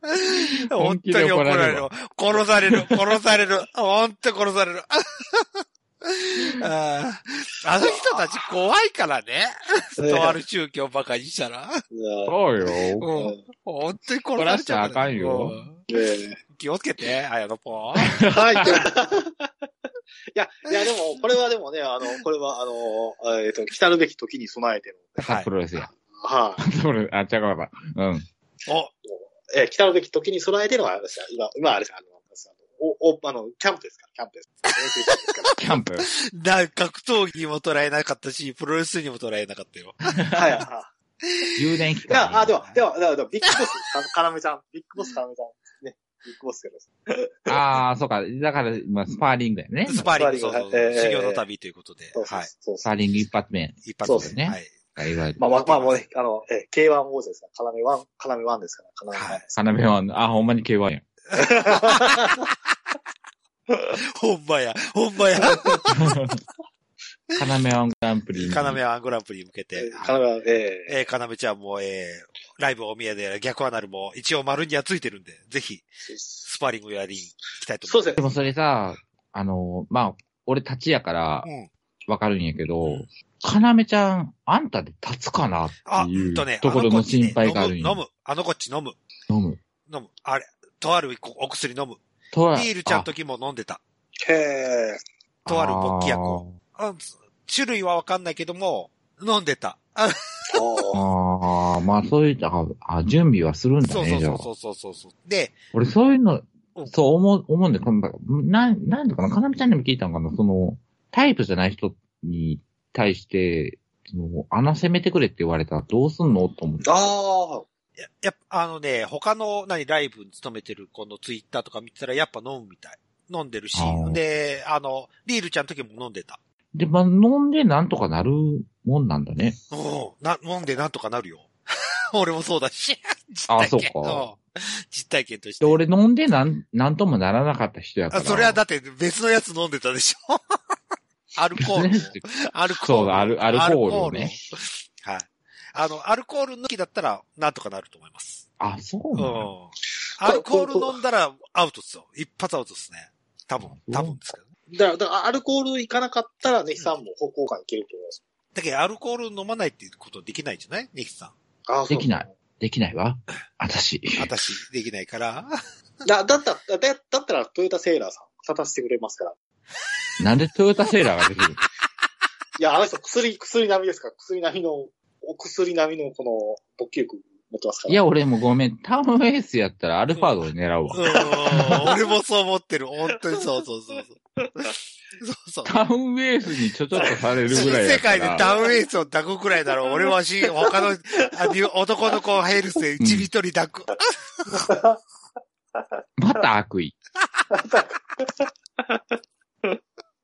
S1: 本
S2: 本気
S1: 当
S2: で
S1: に怒
S2: 怒
S1: ら
S2: ら
S1: れ
S2: れ
S1: る
S2: る。
S1: 殺される。殺される。本当に殺される。あーあの人たち怖いからね。とある宗教ばかりしたら。
S2: そうよ。
S1: うん本当に殺されちゃうから。
S2: 殺したらあかん
S1: う
S2: よ
S1: ん気をつけて、あやのぽん。
S3: はい。や、いや、でも、これはでもね、あの、これは、あの、えっ、と、来たるべき時に備えての。
S1: はい
S2: プ。ロレスや。
S3: はい、
S2: プロレス、あ、違うか。うん。
S1: お、
S3: えー来たるべき時に備えてのは、あれですよ今、今あれですよあの、お、お、あの、キャンプですから、キャンプです。練習ですから
S2: キャンプ。
S1: な、格闘技にも捉えなかったし、プロレスにも捉えなかったよ。
S3: はいはい。
S2: 充電期
S3: いや、
S2: 間。
S3: あ、では、では、では、ではビッグボス、かかなめちゃん、ビッグボスかなめちゃん、ね、ビッグボスからです。
S2: ああ、そうか。だから、まあ、スパーリングやね。
S1: スパーリング、そうそうそう
S3: えー
S1: 修行の旅ということで
S3: そう、そう
S1: はい。
S3: そう
S2: ス
S3: そ
S2: パ
S3: う。
S2: ーリング一発目。
S1: 一発目
S2: そうです
S1: ね。
S2: ね
S1: はい。
S2: いわゆる。
S3: まあ、まあ、まあ、もうね、あの、えー、K1 王者ですから、要1、要1ですから、要1です。
S2: 花部は、あ、ほんま に K1 や。
S1: ほんまや、ほんまや。
S2: 花部はグランプリ。
S1: カナメワングランプリに向けて、
S3: 要は、えー、
S1: えー、かなめちゃんも、えー、ライブお宮で逆アナルも一応丸にはついてるんで、ぜひ、スパーリングをやりに行きたいと
S3: そう
S1: 思います。
S3: です
S2: で
S3: ね。
S2: もそれさ、あの、まあ、俺立ちやから、
S1: うん。
S2: わかるんやけ
S1: う
S2: ど
S1: ん、
S2: かなめちゃん、あんたで立つかな
S1: あ、
S2: っ
S1: う
S2: てい
S1: ん
S2: う
S1: とね、
S2: ところの
S1: ちね
S2: 心配があるん
S1: 飲
S2: や。
S1: む、飲む。あのこっち飲む。
S2: 飲む。
S1: 飲む。あれ、とあるお薬飲む。
S2: とは
S1: ビールちゃん時も飲んでた。
S3: へー。
S2: あ
S1: とある勃起薬を。あ種類はわかんないけども、飲んでた。あ
S3: お
S2: あ
S3: ー
S2: あ、まあそういう、あ、あ準備はするんだ
S1: そう
S2: ね、じゃ
S1: そう
S2: あ。
S1: そうそうそうそう。で、
S2: 俺そういうの
S1: う、ん
S2: そう思う、思うんで、このなん、なんとかな、かなみちゃんにも聞いたのかな、その、タイプじゃない人に対して、その、穴攻めてくれって言われたらどうすんのと思って。
S3: あ
S1: ややっぱ、あのね、他の、何、ライブに勤めてる子のツイッターとか見てたら、やっぱ飲むみたい。飲んでるし
S2: あ、ー
S1: で、あの、リールちゃんの時も飲んでた。
S2: で、まあ飲んでなんとかなるもんなんだね。
S1: うん、な、飲んでなんとかなるよ。 俺もそうだし。実
S2: あ
S1: 体
S2: そう
S1: 験。
S2: か
S1: うん実体験として。
S2: で、俺飲んでなん、なんともならなかった人やか
S1: あ、
S2: ら。
S1: それはだって別のやつ飲んでたでし ょアルコール
S2: ね
S1: の。アルコール。
S2: そうだアルアルコールをね
S1: アルコールをはい。あの、アルコール抜きだったら、なんとかなると思います。
S2: あ、そう
S1: う
S2: なんんだ。。
S1: アルコール飲んだら、アウトっすよ。一発アウトっすね。多分、多分ですけどね。
S3: ー。だから、だからアルコールいかなかったら、ネヒさんも方向感いけると思います。
S1: だけど、アルコール飲まないっていうことできないじゃないネヒさん。
S3: あー
S2: できない。できないわ。私。
S1: 私、できない から。
S3: そうだ、だったら、だだったら、トヨタセーラーさん、立たせてくれますから。
S2: なんでトヨタセーラーができる
S3: いや、あの人、薬、薬並みですから、薬並みの、お薬並みのこの、勃起力持ってますから。
S2: いや、俺もごめん。タームエースやったらアルファードを狙う
S1: うん。
S2: わ。
S1: 俺もそう思ってる。本当にそうそうそうそう。そうそう。
S2: タームエースにちょちょっとされる
S1: 新
S2: ぐらいや
S1: 世
S2: か
S1: 界で
S2: ら。
S1: ダウンエースを抱くくらいだろう。俺はし、他の、あに男の子をヘルスで一人一人抱く。
S2: また悪意。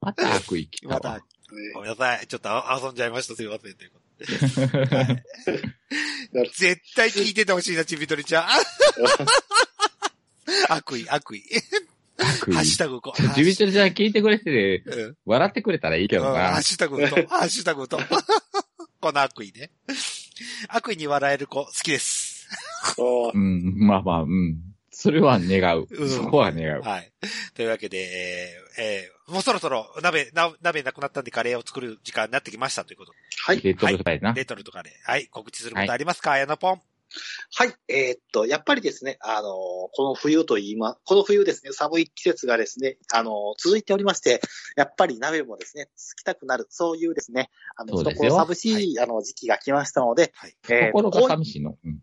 S2: また悪意来た
S1: また
S2: わ。、
S1: ごめんなさい。ちょっとあ遊んじゃいました。すいません。ということ
S3: な
S1: で
S3: る
S1: 絶対聞いててほしいな、ちびとりちゃん。悪意、悪意。
S2: 悪
S1: ハッシ
S2: 意
S1: ュ。タグこ
S2: ちょちびちょちゃん聞いてくれてて、
S1: うんうん
S2: 笑ってくれたらいいけど
S1: ハ
S2: な
S1: ッ。シュタグと、ハッシュタグと。 この悪意ね。悪意に笑える子、好きです。
S3: おー
S2: うん、まあまあ、うん。それは願う
S1: う。ん
S2: そこは願う。
S1: はい。というわけで、えーえーもうそろそろ鍋、な鍋なくなったんでカレーを作る時間になってきましたということで。
S3: はい。
S2: レッドブルだよな。
S1: レトルトカレー。はい。告知することありますか、綾野ポン。
S3: はい。えーっと、やっぱりですね、あのーこの冬と言いま、この冬ですね、寒い季節がですね、あのー続いておりまして、やっぱり鍋もですね、つきたくなる、そういうですね、あの、
S2: そうですよ
S3: 懐寂しい、あの、時期が来ましたので、
S1: はい。
S3: えー
S2: 心が
S3: こう
S2: 寂しいの。うん。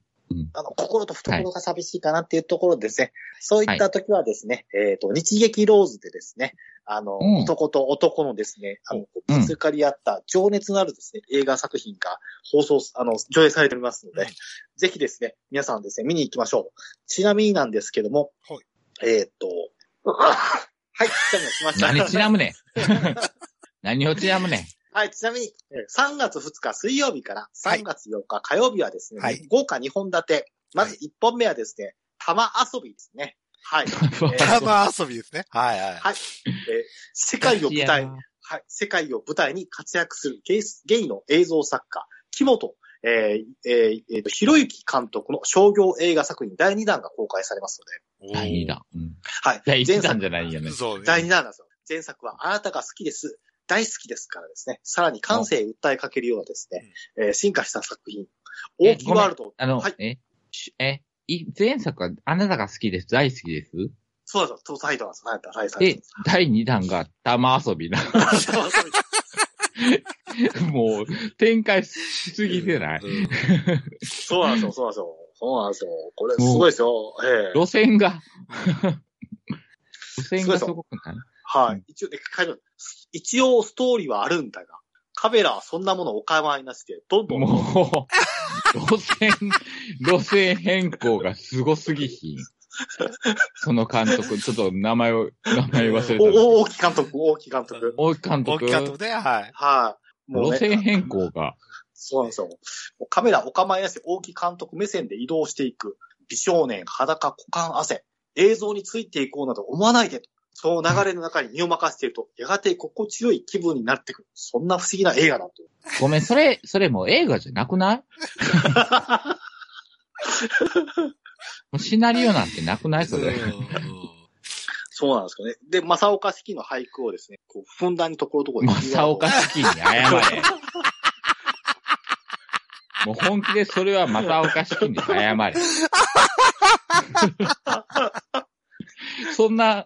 S3: あの、心と懐が寂しいかなっていうところですね。そういった時はですね、えっ、と、日劇ローズでですね、あの、
S2: うん
S3: 男と男のですね、あの、
S2: うん
S3: ぶつかり合った情熱のあるですね、映画作品が放送す、あの、上映されておりますので、
S1: うん
S3: ぜひですね、皆さんですね、見に行きましょう。ちなみになんですけども、
S1: はい
S3: えっ、と、 はい、ちなみにしました。
S2: 何ちなむ ねん。何をちなむねん。
S3: はい、ちなみに、えー3月2日水曜日から
S1: はい
S3: 3月4日火曜日はですね、
S1: はい
S3: 豪華2本立て。まず1本目はですね、玉遊びですね。はい。
S1: 玉遊びですね。はいはい。
S3: はい。えー世界を舞台に、はい、世界を舞台に活躍するゲイスゲイの映像作家、木本、えーえーえーと、ひろゆき監督の商業映画作品第2弾が公開されますので、
S2: 第2弾。うん。
S3: はい。
S2: 第1弾じゃ
S3: い。
S2: ないよね。
S1: そうね。
S3: 第2弾なんですよ。前作はあなたが好きです。大好きですからですね。さらに感性に訴えかけるようなですね、えー進化した作品。
S2: え
S3: 大きいワールド。
S2: あの、
S3: はい。
S2: え、しえ、い前作はあなたが好きです、大好きです
S3: そうそう、トサイドなんですよ。なんだ、はい、サイ
S2: で、第2弾が玉遊びな。
S3: ドなんですよ。そうそう
S2: もう、展開しすぎてない、
S1: うん
S3: そうなんですよ、そうなんですよ。そうなんですよ。これ、すごいですよ。ええ
S2: 路線 が。路線がすごくない
S3: はい。一応、で書いてある一応、ストーリーはあるんだが、カメラはそんなものをお構いなしで、どんどん、
S2: もう、路線、路線変更がすごすぎひん。その監督、ちょっと名前を、名前忘れたん
S3: お
S2: だけど。
S3: 大木監督、大木監督。
S2: 大木監
S1: 大
S2: 督
S1: き、かったね、はい。
S3: はい。も
S2: 路
S3: う、ね、
S2: 線変更が。
S3: そうなんですよ。もうカメラお構いなし、大木監督目線で移動していく。美少年、裸、股間、汗。映像についていこうなど思わないでと。その流れの中に身を任せていると、やがて心地よい気分になってくる。そんな不思議な映画だと。
S2: ごめん、それ、それもう映画じゃなく ないもうシナリオなんてなくないそれ。
S1: う
S3: そうなんですかね。で、正岡式の俳句をですね、こう、ふんだんにところどころにキーワー
S2: 正
S3: ドを。
S2: 岡式に謝れ。もう本気でそれは正岡式に謝れ。そんな、あ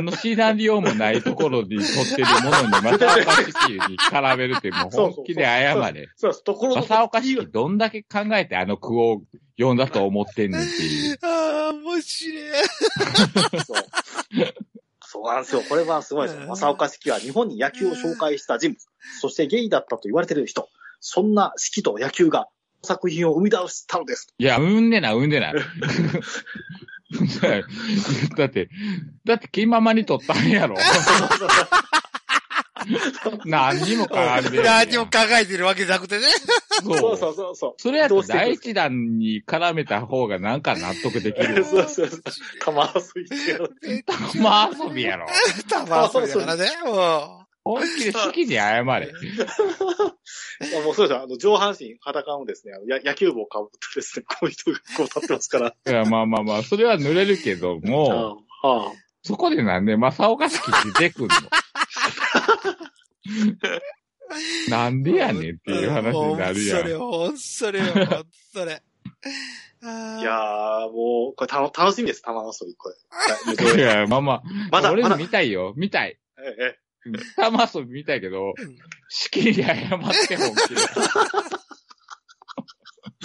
S2: の、シナリオもないところに撮ってるものに正岡式に絡めるってもう本気で謝れ。
S3: そうです。ところどころ
S2: 正岡式どんだけ考えてあの句を読んだと思ってんねんっていう。
S1: ああ、面白い。
S3: そう。 そうなんですよ。これはすごいですよ。正岡式は日本に野球を紹介した人物。そしてゲイだったと言われてる人。そんな式と野球が作品を生み出したのです。
S2: いや、産んでない、産ん でない。だって、だって、気ままに撮ったんやろ。何にも絡んでない。
S1: 何も考えてるわけじゃなくてね。
S2: そ
S3: そう
S2: う。
S3: そうそうそう。
S2: それやった
S3: ど
S2: ら
S3: うしてくる
S2: 第一弾に絡めた方がなんか納得できる よ。
S3: そうそうそう。玉遊びってやる。
S2: まあ遊びやろ。
S1: 玉遊びだからね。も
S2: 本気で好きに謝れ。
S3: あもうそうですよ。あの、上半身裸のですね、あのや野球帽をかぶってですね、こういう人がこう立ってますから。
S2: いや、まあまあまあ、それは濡れるけども、
S3: ああ。
S2: そこでなんで正岡式出てくんの なん
S1: う
S2: でやねんっていう話になるやん。
S1: ほんそれよ、ほんそれよ、ほんそれ。あー
S3: いやー、もう、これたの楽しみです、玉遊 び、これ。
S2: いや、まあまあ、
S3: まだ、
S2: 俺
S3: まだ。
S2: 見たいよ。見たい。
S3: ええ
S2: 玉遊び見たいけど
S1: うん、
S2: しきり謝っ て本気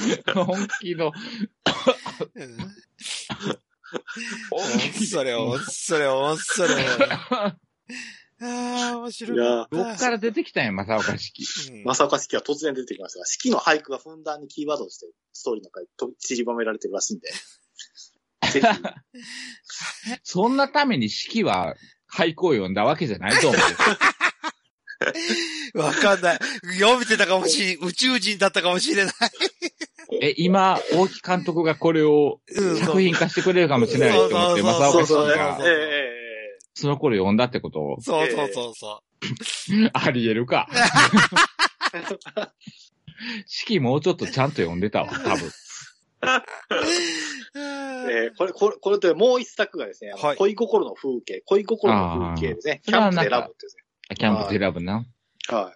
S2: で。本気
S1: う
S2: の、
S1: ん
S2: 本
S1: ほん
S2: 気
S1: それよ、ほんそれよ、ほんそれよ。ああ、面白い。
S3: いや
S2: どっから出てきたんや、正岡式。
S1: うん
S3: 正岡式は突然出てきましたが、式の俳句がふんだんにキーワードとして、ストーリーの中にと散りばめられてるらしいんで。ぜひ、
S2: そんなために式は俳句を読んだわけじゃないと思う。
S1: わかんない。読めてたかもしれん。宇宙人だったかもしれない。
S2: え、今、大木監督がこれを
S1: うん
S2: 作品化してくれるかもしれないと思って、
S1: そう
S2: 正
S3: そ
S2: 岡式
S3: うそうね。え
S1: か
S2: が
S3: え ええ
S2: その頃読んだってことを
S1: そうそうそうそ
S2: あり得る か。式もうちょっとちゃんと読ん でたわ、多分。
S1: う。
S3: えええこれ、これ、これともう一作がですね、あの
S1: はい
S3: 恋心の風景、恋心の風景ですね。
S2: あー
S3: キャンプでラブってですね。
S2: キャンプで選ぶな。
S3: はい。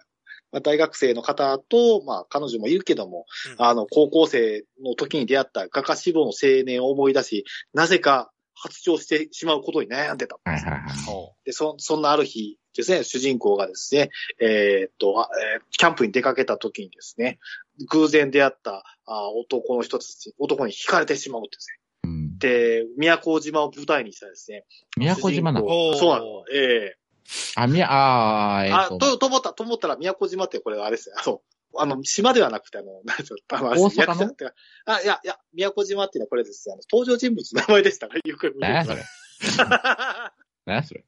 S3: まあ、大学生の方と、まあ、彼女もいるけども、
S1: うん
S3: あの、高校生の時に出会った画家志望の青年を思い出し、なぜか発情してしまうことに悩んでた。
S2: はいはいはい。
S3: で、そ、そんなある日ですね、主人公がですね、えーっと、あえーキャンプに出かけた時にですね、偶然出会ったあ男の人たち、男に惹かれてしまうんです
S2: うん。
S3: ね。で、宮古島を舞台にしたですね。
S2: 宮古島な
S3: 主人
S2: の
S3: 公
S1: おー
S3: そうなの。え
S2: あ、みや、あー
S3: え
S2: え
S3: あ、
S2: っと、
S3: と、と思った、と思ったら宮古島ってこれあれですね、あの、あの、島ではなくて、あの、 なんですよ、あの、
S2: 大阪の
S3: 役者ってかあ、いや、いや、宮古島っていうのはこれですね、あの、登場人物の名前でしたね、よく見てく
S2: 何や
S3: ださ
S2: そ
S3: い
S2: れ。 何やそれ。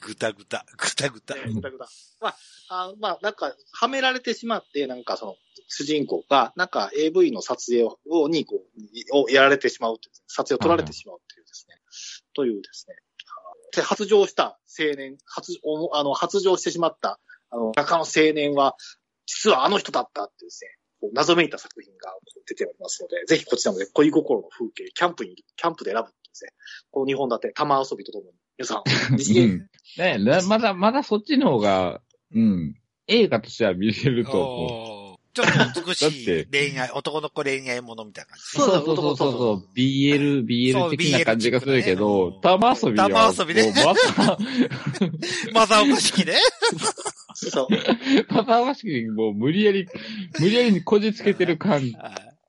S1: ぐたぐた、ぐたぐた。
S3: ぐだぐだまあ、あまあ、なんか、はめられてしまって、なんかその、主人公が、なんか AV の撮影を、に、こう、をやられてしまうっていう、撮影を取られてしまうっていうですね、というですね、で、発情した青年、発、おあの、発情してしまった、あの、画家の青年は、実はあの人だったっていうですね、こう謎めいた作品がこう出ておりますので、ぜひこちらもね、恋心の風景、キャンプに、キャンプで選ぶっていうですね、この2本立て、玉遊びとともに、皆さ ん、日
S2: う
S3: 芸
S2: ん。ねまだ、まだそっちの方が、うん。映画としては見れると思う。
S1: おーちょっと美し
S4: だっ
S1: い恋愛、男の子恋愛ものみたいな感じ。
S3: そうだ
S2: そうそうそう
S3: そう
S2: そう。BL、
S1: そう
S2: BL 的な感じがするけど、
S1: BL
S2: 玉遊びは。
S1: 玉遊びね
S2: もうまさ、
S1: マザーおかしきね。
S3: そう。
S2: 玉遊びもう無理 やり、無理やりにこじつけてる感じ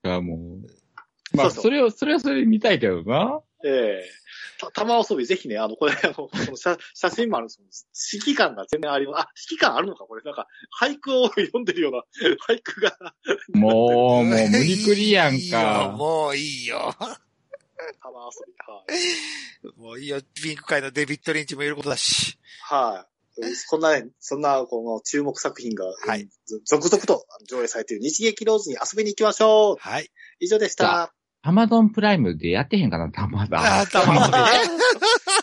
S2: がもう。まあ、
S3: そうそう
S2: それを、それはそれで見たいけどな。
S3: ええた玉遊び、ぜひね、あの、これ、 あの、この写写真もあるんですけど、指揮感が全然あります。あ、指揮感あるのかこれ、なんか、俳句を読んでるような、 俳句が、
S2: もう、もう無理くりやん
S1: いいよ
S2: か。
S1: もういいよ。
S3: 玉遊び。はい。
S1: もういいよ。ピンク界のデビッド・リンチもいることだし。
S3: はい。こんなね、そんな、この注目作品が、
S1: はい
S3: ず続々と上映されている日劇ローズに遊びに行きましょう。
S1: はい。
S3: 以上でした。
S2: アマゾンプライムでやってへんかな、玉
S1: あ
S2: だ。
S1: 玉遊びね。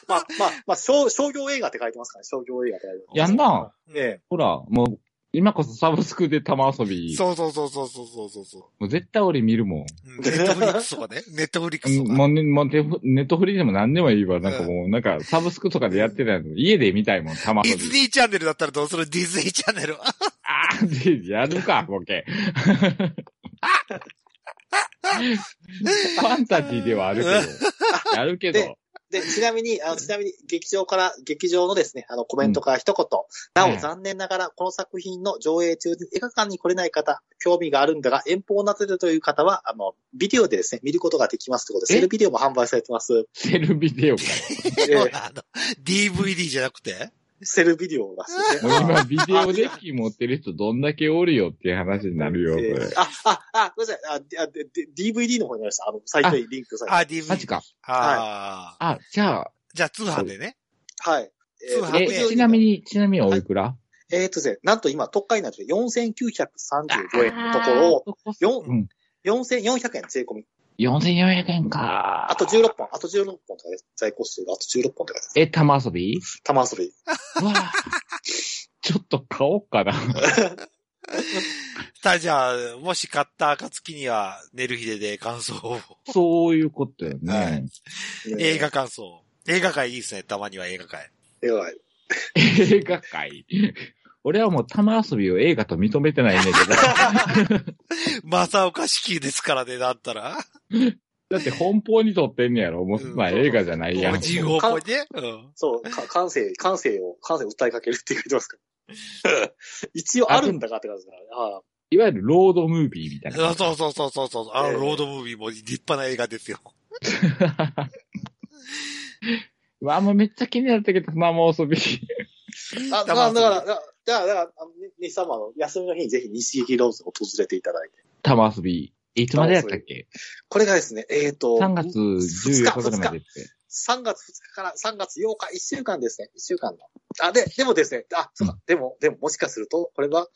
S3: まあ、まあ、まあ、商商業映画って書いてますからね、商業映画って書いてます。
S2: やんな。
S3: ね
S2: ほら、もう、今こそサブスクで玉遊び。
S1: そうそうそうそうそうそうそうそう。
S2: もう絶対俺見るもん。
S1: ネットフリックスとかね。ネットフリックスとか。
S2: もうね、もうテフネットフリーでも何でもいいわ。なんかもう、なんかサブスクとかでやってないの。家で見たいもん、たま
S1: デ
S2: に
S1: ィ。ズニーチャンネルだったらどうするディズニーチャンネルは。
S2: ああ、でやるか、ボケ。ファンタジーではあるけ ど。やるけど
S3: で。で、ちなみに、あのちなみに、劇場から、劇場のですね、あの、コメントから一言。
S2: うん
S3: なお、残念ながら、この作品の上映中に映画館に来れない方、興味があるんだが、遠方になっているという方は、あの、ビデオでですね、見ることができますということで、
S2: え
S3: セルビデオも販売されてます。
S2: セルビデオか。
S3: え え
S1: あの DVD じゃなくて
S3: セルビデオがです
S2: もう
S3: ね。
S2: 今、ビデオデッキ持ってる人どんだけおるよっていう話になるよ、こ
S3: え
S2: れ
S3: ー。あ、あ、あ、ごめんなさい。あであでで DVD の方になりました。あの、サイトにリンクされて。
S1: あ、DVD。
S2: マジか。
S1: ああ。
S2: あ、じゃあ、
S1: じゃあ通販でね。
S3: はい。え
S1: 通販
S3: ー
S1: で
S3: と
S2: え、ちなみ。に、ちなみにおいくら、
S3: えーとですね、なんと今、特価になってて4935円のところを、
S2: をうん、
S3: 4400円税込み。
S2: 4400円か。
S3: あと16本、あと16本とかで在庫数があと16本とかです。
S2: え、玉遊 び
S3: 玉遊び。
S2: うわあちょっと買おうかな。
S1: さあ、じゃあ、もし買った暁には、寝る日でで感想を。
S2: そういうことよ
S1: は
S2: ね
S1: い。映画感想。映画界いいですね。たまには映画界。
S3: 映画が
S2: 映画界。俺はもう玉遊びを映画と認めてないねんだけど。
S1: 正岡式ですからね、だったら。
S2: だって本邦に撮ってんねやろ。もうそんなん映画じゃないや。
S1: もうん自由方向で。うん。
S3: そ う、か感性、感性を、感性を訴えかけるって書いてますから。 一応あるんだかって感じだからね。はい
S2: わゆるロードムービーみたい
S1: そう
S2: な。
S1: そうそうそうそうそう。あの、
S3: ええ
S1: ロードムービーも立派な映画ですよ。
S2: まあ、あんまめっちゃ気になったけど、玉遊び。
S3: いあ、だから、だから、だから、だから、あのね西様の休みの日にぜひ西劇ローズを訪れていただいて。
S2: 玉遊び。いつまでやったっけ
S3: これがですね、えっ、と、
S2: ?3 月14日ぐらいまでって。
S3: 3月2日から3月8日、1週間ですね。1週間の。あ、で、でもですね、あ、そうか、でも、でももしかすると、これは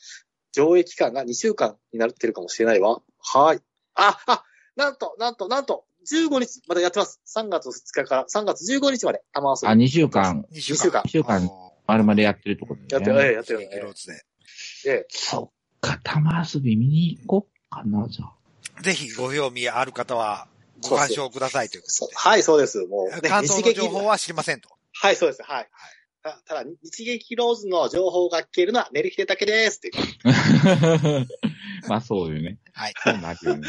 S3: 上映期間が2週間になってるかもしれないわ。はーい。あ、あ、なんと、なんと、なんと、15日までやってます。3月2日から3月15日まで、玉
S2: あ、
S3: 遊び。
S2: 2週間、
S1: 2
S3: 2週間。
S2: 2週間、丸々やってるってこと
S3: やってる、
S2: ね
S3: ええやって
S1: 週
S3: る
S1: 間。
S3: よね。ええ
S2: そっか、玉遊び見に行こっかな、じゃあ。
S1: ぜひご興味ある方は、ご鑑賞くださいというこ
S3: そうはい、そうです。もう、
S1: とで。感想の情報
S3: は
S1: は知りませんと。
S3: はい、そうです。はい。たただ、日劇ローズの情報が聞けるのは、寝る日でだけです。っていう
S2: まあそうよね。
S1: はい。
S2: そうなるよね。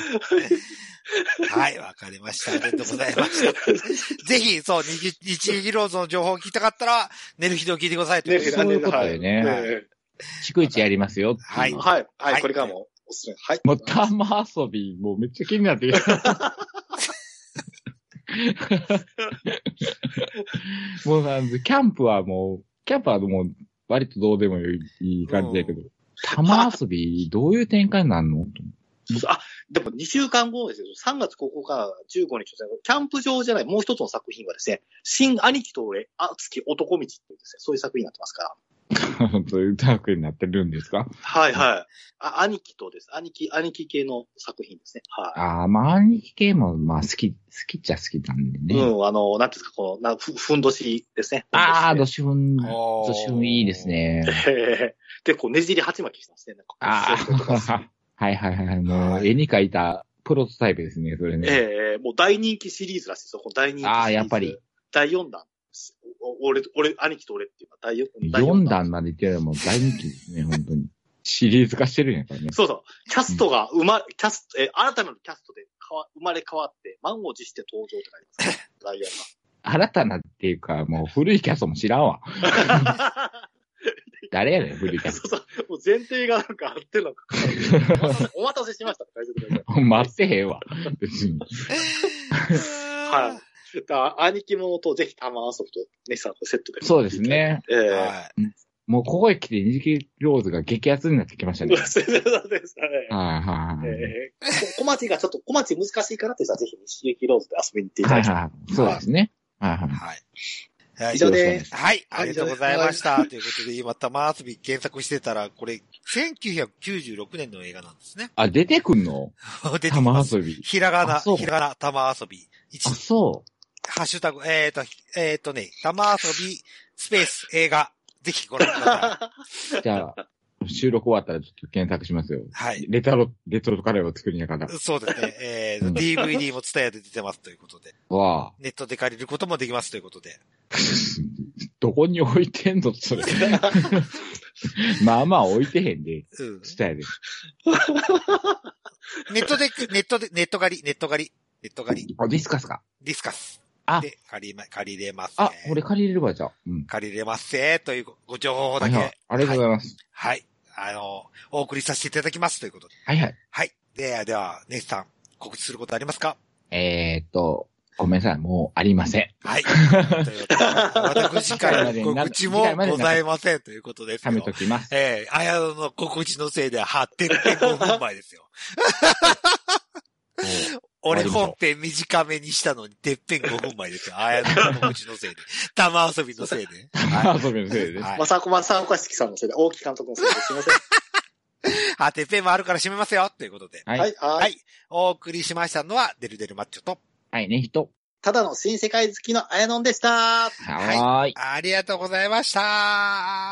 S1: はい、わかりました。ありがとうございま した。ぜひ、そう、日日劇ローズの情報を聞きたかったら、寝る日で聞いてくださいということで。
S2: そういうことだよね
S3: はいえ
S2: 逐一やりますよ。
S1: はい
S3: えはい、
S1: は
S3: はいい、これからもおすすめ。はい。
S2: もう玉遊び、もうめっちゃ気になってきた。もうなんで、キャンプはもう、キャンプはもう、割とどうでもいい感じだけど、玉遊び、どういう展開になるの
S3: あ、でも2週間後ですよ。3月9日から15日ですね、キャンプ場じゃないもう一つの作品はですね、新兄貴と俺、熱き男道っていうですね、そういう作品になってますから。
S2: というタークになってるんですか
S3: はいはい。あ、兄貴とです。兄貴、兄貴系の作品ですね。はい。
S2: ああ、まあ、兄貴系も、まあ、好き、好きっちゃ好きなんでね。
S3: うん、あの、なんていうんですか、この、なふふんどしですね。
S2: ああ、
S3: ふん
S2: ド
S3: どし
S2: シフン、
S1: おー
S2: ドシフンいいですね。
S3: で。で、こう、ねじり鉢巻きしてますね。なんか
S2: あ
S3: そういうことです
S2: あ、 はいはいはい。もう、絵に描いたプロトタイプですね、それね。
S3: ええもう大人気シリーズらしいですよ。この大人気シリーズ。
S2: ああやっぱり。
S3: 第4弾。おお俺、俺、兄貴と俺っていうのは第4弾。
S2: 4段までいってるのも大人気ですね、本当に。シリーズ化してるんやからね。
S3: そうそう。キャストが生まれ、キャスト、え、新たなるキャストで変わ生まれ変わって、満を持して登場って書いてます。ダイヤ
S2: 新たなっていうか、もう古いキャストも知らんわ。
S3: が
S2: 誰やねん、古いキャス
S3: そうそう。もう前提がなんかあってんのか。 お待たせしましたって書いてください。
S2: ト。待ってへんわ。別に。
S1: は
S3: だから兄貴ものとぜひタマーソフト、ネキさんとセットで。
S2: そうです。ね。
S3: ええ
S1: い。は。
S2: もうここへ来て、ニジキローズが激アツになってきましたね。はい
S3: そうですね。
S2: はいはい。
S3: ええ小町がちょっと、小町難しいからって人はぜひ西劇ローズで遊びに行ってい
S2: は
S3: ただ
S2: い
S3: きたい。
S2: はい。そうですね。はいはいい。
S1: はい。はい
S3: 以上です
S1: はい、ありがとうございました。ということで、今、玉遊び検索してたら、これ、1996年の映画なんですね。
S2: あ、出てくんの
S1: 出てき
S2: 玉
S1: ます。
S2: 遊び。
S1: ひらがな、
S2: あそう
S1: ひらがな、玉遊び。1、
S2: あ、そう。
S1: ハッシュタグ、えっ、と、えっ、とね、玉遊び、スペース、映画。ぜひご覧くださ
S2: じゃあ、収録終わったらちょっと検索します よ。
S1: い。はい。
S2: レトロ、レトロカレーを作りながら。
S1: そうです ね。え
S2: う
S1: ー、
S2: ん
S1: DVD も伝えで出てますという ことで。
S2: わあ。
S1: ネットで借りることもできますということで。
S2: どこに置いてんのそれ。まあまあ置いてへんで。
S1: うん。
S2: したやで。
S1: ネットで、ネットで、ネット借り、ネット借り、ネット借り、
S2: あ、ディスカスか。
S1: ディスカス。
S2: あ
S1: で、借りま、借りれます、ね。
S2: あ、俺借りれればじゃあ。うん。
S1: 借りれますせというごご情報
S2: は
S1: だ
S2: い
S1: け。
S2: はい。ありがとうございます。
S1: はい。あの、お送りさせていただきますということで。
S2: はいはい。
S1: はい。で、では、ネイさん、告知することありますか
S2: えーっと、ごめんなさい。もうありません。
S1: はい。ということで私からの告知も
S2: 次回まで
S1: ございませんということです
S2: 貯
S1: け
S2: め
S1: ど
S2: と。きます。
S1: ええあやのの告知のせいで8.5分前ですよ。俺本編短めにしたのに、てっぺん5分前ですよ。あやのの告知のせいで。玉遊びのせいで。
S2: はい。遊びのせいで。
S1: はい
S3: まさこまさおかしきさんのせいで、大木監督のせいですいません。
S1: あ、てっぺんもあるから締めますよということで。
S2: はい
S3: はい、は。
S1: はいい。お送りしましたのは、デルデルマッチョと。
S2: はいね、人。
S3: ただの新世界好きのあやのんでした。
S2: はーい。
S1: ありがとうございました。は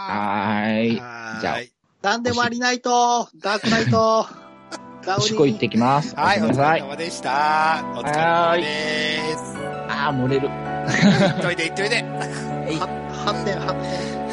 S2: はーい。
S1: ーい
S2: じゃあ
S3: なんでもありないと、ダークナイ ト、ダウ
S2: おしっこ行ってきます。
S1: はい、
S2: お
S1: お
S2: やすみ
S1: 疲
S2: なさ
S1: れ
S2: い。
S1: 様でした。お疲れ様です。
S2: あー、漏れる。
S1: いっといでいっといで。
S3: 発展、発展。